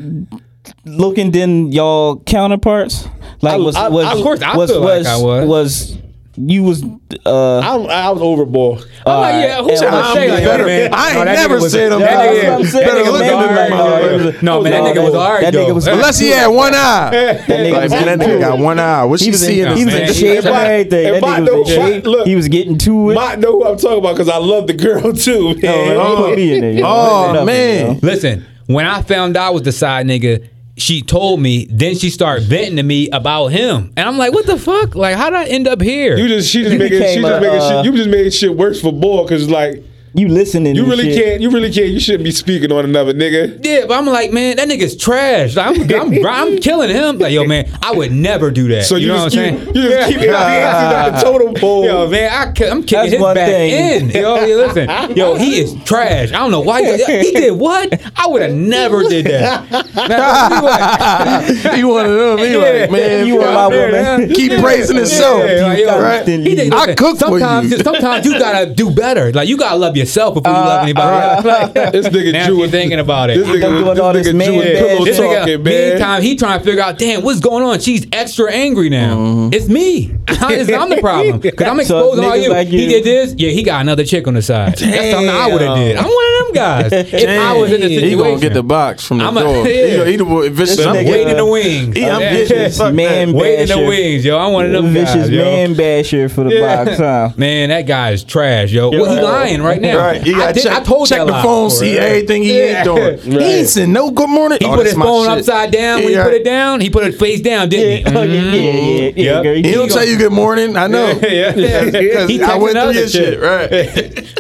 looking than y'all counterparts? Like was I- was I- of course, I was, feel like I was. was you was uh I, I was overboard. I'm like, yeah, who's Alright. gonna I'm say like better. that, man? I ain't that never nigga was- said I'm that better. nigga- That's what I'm saying. that nigga was Better look at alright, me, though. motherfucker. No, man, that No, nigga was that- alright, that though. nigga was- Unless he had one eye. that nigga Like, was man, that nigga got one eye. What he she was in, seeing? he was man. in shape and Everybody- everything. That everybody nigga was in know- shape. look. he was Oh, getting to it. Might know who I'm talking about because I love the girl too. Man. No, don't put me in there, yo. Oh, Listen up, man. yo. Listen, when I found out I was the side nigga, she told me. Then she started venting to me about him, and I'm like, what the fuck? Like, how did I end up here? You just she just making she became just a, making uh, shit. You just making shit worse for boy because like You listening? you and really shit. can't you really can't you shouldn't be speaking on another nigga. yeah, but I'm like, man, that nigga's trash. Like, I'm, I'm, I'm killing him. Like, yo, man, I would never do that. So you, know just what I'm keep, saying? you just keep your hands out the totem pole. Yo, man, I, ki- I'm kicking That's his one back thing. in. Yo, yeah, listen, yo, he is trash. I don't know why he, he did what. I would have never did that. He one of them. He like, man, You were fuck my it. woman. Keep praising himself. Yeah, like, yo, Right? Constantly. He did- I listen, cook for sometimes, you. Sometimes you gotta do better. Like you gotta love yourself before you love anybody else. Like, this nigga now Jew you're is- thinking about it. This nigga, I'm doing this all this nigga man Jew bad is pillow This talking, nigga, man. meantime, he trying to figure out, damn, what's going on? She's extra angry now. It's me. it's, I'm the problem. Because I'm exposing all niggas you. like He you- did this. Yeah, he got another chick on the side. That's something I would have did. I'm one of them guys. if I was in the He situation. gonna get the box from the I'm a- door. He yeah. gonna- he the boy- vicious- This I'm nigga- Wait in the uh, wings. Yeah, I'm Yeah. getting this. Fuck man Wait in basher. the wings, yo. I'm one of them Vicious guys, yo. man basher for the Yeah. box, huh? Man, that guy is trash, yo. Well, he lying right now. Right, you gotta I, did- check, I told check that the lie phone, before, see yeah. everything he ain't doing. He ain't saying no good morning. He Oh, put that's his my phone shit. upside down when Yeah. he put it down. He put a face down, Yeah, didn't oh, he? Mm. yeah, yeah, yeah, yeah, Yep. girl, you He don't keep- tell you good morning. I know. Yeah, yeah. Because He I texting went through other your shit, shit.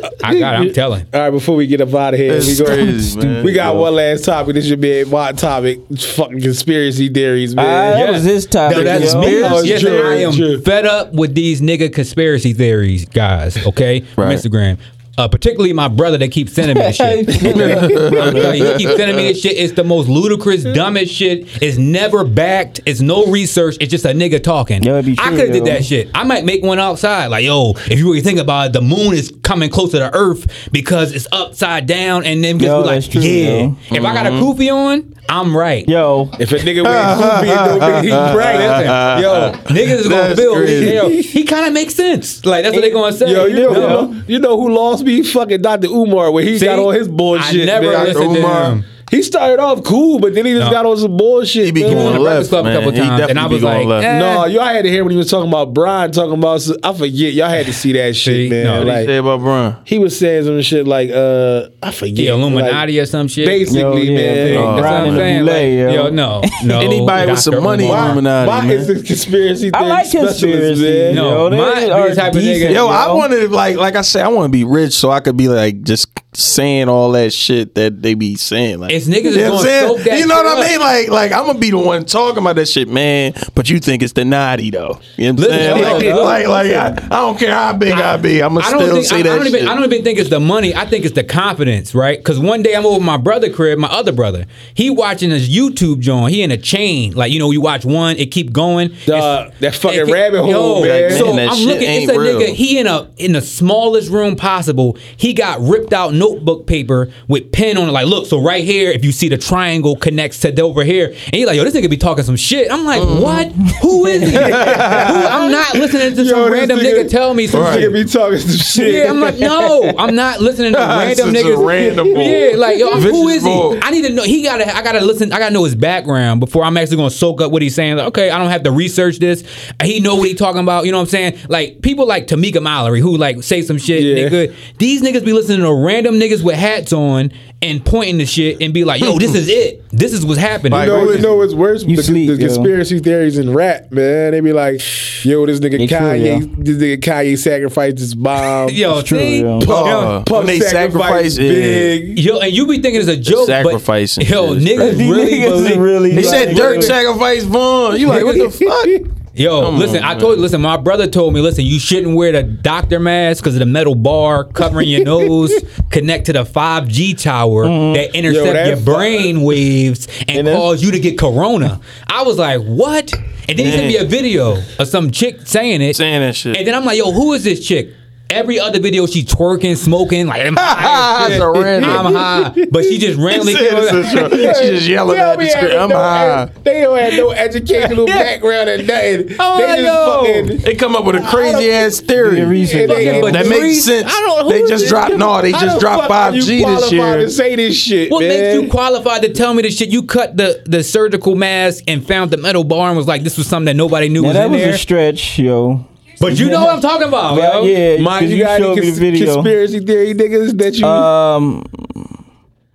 right? I got. it, I'm telling. All right, before we get up out of here, That's we, go, crazy, man. we got one last topic. This should be a hot topic. Fucking conspiracy theories, Ah, man. that was his topic. No, that's yo. me. Oh, it's Yes, true, I am it's true. fed up with these nigga conspiracy theories, guys. Okay, from Right. Instagram. Uh, particularly my brother that keeps sending me this shit. Okay? I'm telling you, he keeps sending me this shit. It's the most ludicrous, dumbest shit. It's never backed. It's no research. It's just a nigga talking. Yeah, it'd be I true, could have did yo. that shit. I might make one outside. Like, yo, if you really think about it, the moon is coming closer to Earth because it's upside down. And then Yo, people like, that's true, yeah. yo. Mm-hmm. If I got a kufi on, I'm right. Yo, If a nigga wear a don't mean he's Right, right. listen, yo, niggas is gonna That's feel crazy. me. Yo, he kind of makes sense. Like that's what they gonna say. Yo, you know, No. who lo- you know who lost me? Fucking Dr. Umar when he See? got on his bullshit. I never man. listened Umar. to him. He started off cool, but then he just No. got on some bullshit. He be man. going on the Breakfast left, Club man. a couple He times, and I definitely was be going like, left. eh. No, y'all had to hear when he was talking about Brian talking about. I forget. Y'all had to see that shit, See? man. No, like Say about Brian. he was saying some shit like, uh, I forget. the Illuminati like, or some shit. Basically, Yo, yeah, man. man. That's what Brian I'm and saying. Like, Boulay, yo. yo, no, no. Anybody with some Oh, Dr. money, Umar. Illuminati. Why man. is the conspiracy I theory like specialist, conspiracy. man? No, yo, they mine be are the type of nigga- decent, Yo, I wanted like like I said, I want to be rich so I could be like just saying all that shit that they be saying. Like It's niggas is you know gonna what I'm soak that You know shit what I mean? Like, like I'm gonna be the one talking about that shit, man. But you think it's the naughty though. You know what I'm saying? Listen, Like, yo, like, like, I, I don't care how big I, be, I'm gonna I don't still think, say I, that I don't shit. even I don't even think it's the money. I think it's the confidence, right? Because one day I'm over at my brother crib, my other brother. He watching his YouTube joint. He in a chain, like you know, you watch one, it keep going. Duh, It's- that fucking it keep- rabbit hole, yo, man. So Man, that I'm shit looking. It's ain't a nigga. real. He in a in the smallest room possible. He got ripped out notebook paper with pen on it. Like, look, so right here, if you see the triangle connects to the- over here, and he like, yo, this nigga be talking some shit. I'm like, Mm. what? Who is he? Who- I'm not listening to Yo, some this random nigga, tell me some This shit. nigga be talking some shit. Yeah, I'm like, no, I'm not listening to random Such a niggas. random bull. yeah, like, yo, who Vicious is bull. he? I need to know. He gotta. I gotta listen. I gotta know his background before I'm actually gonna soak up what he's saying. Like, okay, I don't have to research this. He know what he talking about. You know what I'm saying? Like people like Tamika Mallory who like say some shit. Yeah. Yeah. Good. These niggas be listening to random niggas with hats on and pointing to shit and be like, yo, this is it. This is what's happening. You know, you know what's worse? You the, sleep, the yo. conspiracy theories in rap, man. They be like, "Yo, this nigga They true, Kanye, yo. this nigga Kanye sacrificed his bomb. Yo, true, see? yo. Oh, Puff when they sacrifice, sacrificed yeah. big. Yo, and you be thinking it's a joke, sacrificing but yo, shit is niggas crazy. really, Niggas believe, really They said like- Dirk sacrificed Vaughn. You like what the fuck? Yo, listen, I told you, listen, my brother told me, listen, you shouldn't wear the doctor mask because of the metal bar covering your nose, connect to the 5G tower Mm-hmm. that intercept that your fu- brain waves and, And that- cause you to get corona. I was like, what? And then he sent me a video of some chick saying it. Saying that shit. And then I'm like, yo, who is this chick? Every other video, she twerking, smoking, like, I'm high. as It's shit. a random. I'm high. But she just randomly. She just yelling Tell at the me screen. they I'm don't high. have- They don't have no educational background or nothing. Oh, they just yo. fucking. They come up with a crazy ass Your theory. research, Yeah, they- yo. but- That Three- makes sense. I don't- who They is just this? dropped. No, they How just the dropped fuck are five G you this qualified year. To say this shit, What man? makes you qualified to tell me this shit? You cut the, the surgical mask and found the metal bar and was like, this was something that nobody knew Now was that in was there. a stretch, yo. but you know what I'm talking about, yo. yeah, Mind 'cause you, you, got showed any me the cons- video. conspiracy theory niggas that you. Um,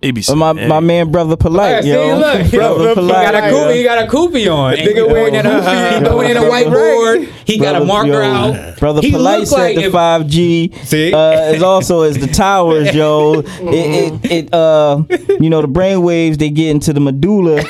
They be my saying, my man, brother, polite, See, yo. look, he brother, got a polite. koopy, he got a koopy on. And Nigga he wearing throwing in a, he throwing in a whiteboard. He got a marker yo, out. Brother he Polite looked said like the if- five G See? uh, is also as the towers, yo. it, it, it uh, you know, the brain waves they get into the medulla,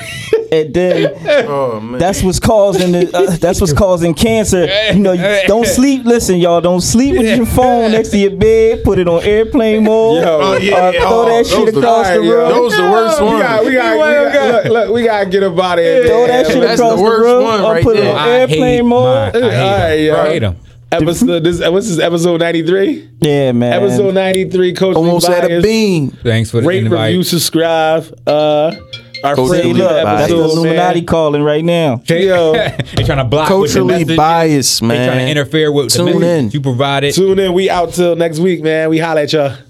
and then Oh man. that's what's causing the, uh, that's what's causing cancer. You know, you don't sleep. Listen, y'all, don't sleep with your phone next to your bed. Put it on airplane mode. Yo. Oh, yeah, uh, yeah, throw oh, that shit those the- across All the right, yo. room. Those the worst we ones. got, we got, we got, look, look, we gotta get up out of here. Throw that man. shit That's the across the, worst room one or right put it there. on I hate airplane my- mode. I hate him. Alright, yo. I hate him. Episode, this, what's this episode 93? Yeah, man. Episode 93, Coach Almost had a bean. Thanks for the Rate, invite. review, subscribe. Uh, our Coach friend Hey, Lee Lee look, that's the Bias. episode, Illuminati man. calling right now. Yo, they trying to block with the Culturally message. biased, They trying man. to interfere with Tune the message in. you provided. tune in. We out till next week, man. We holla at y'all.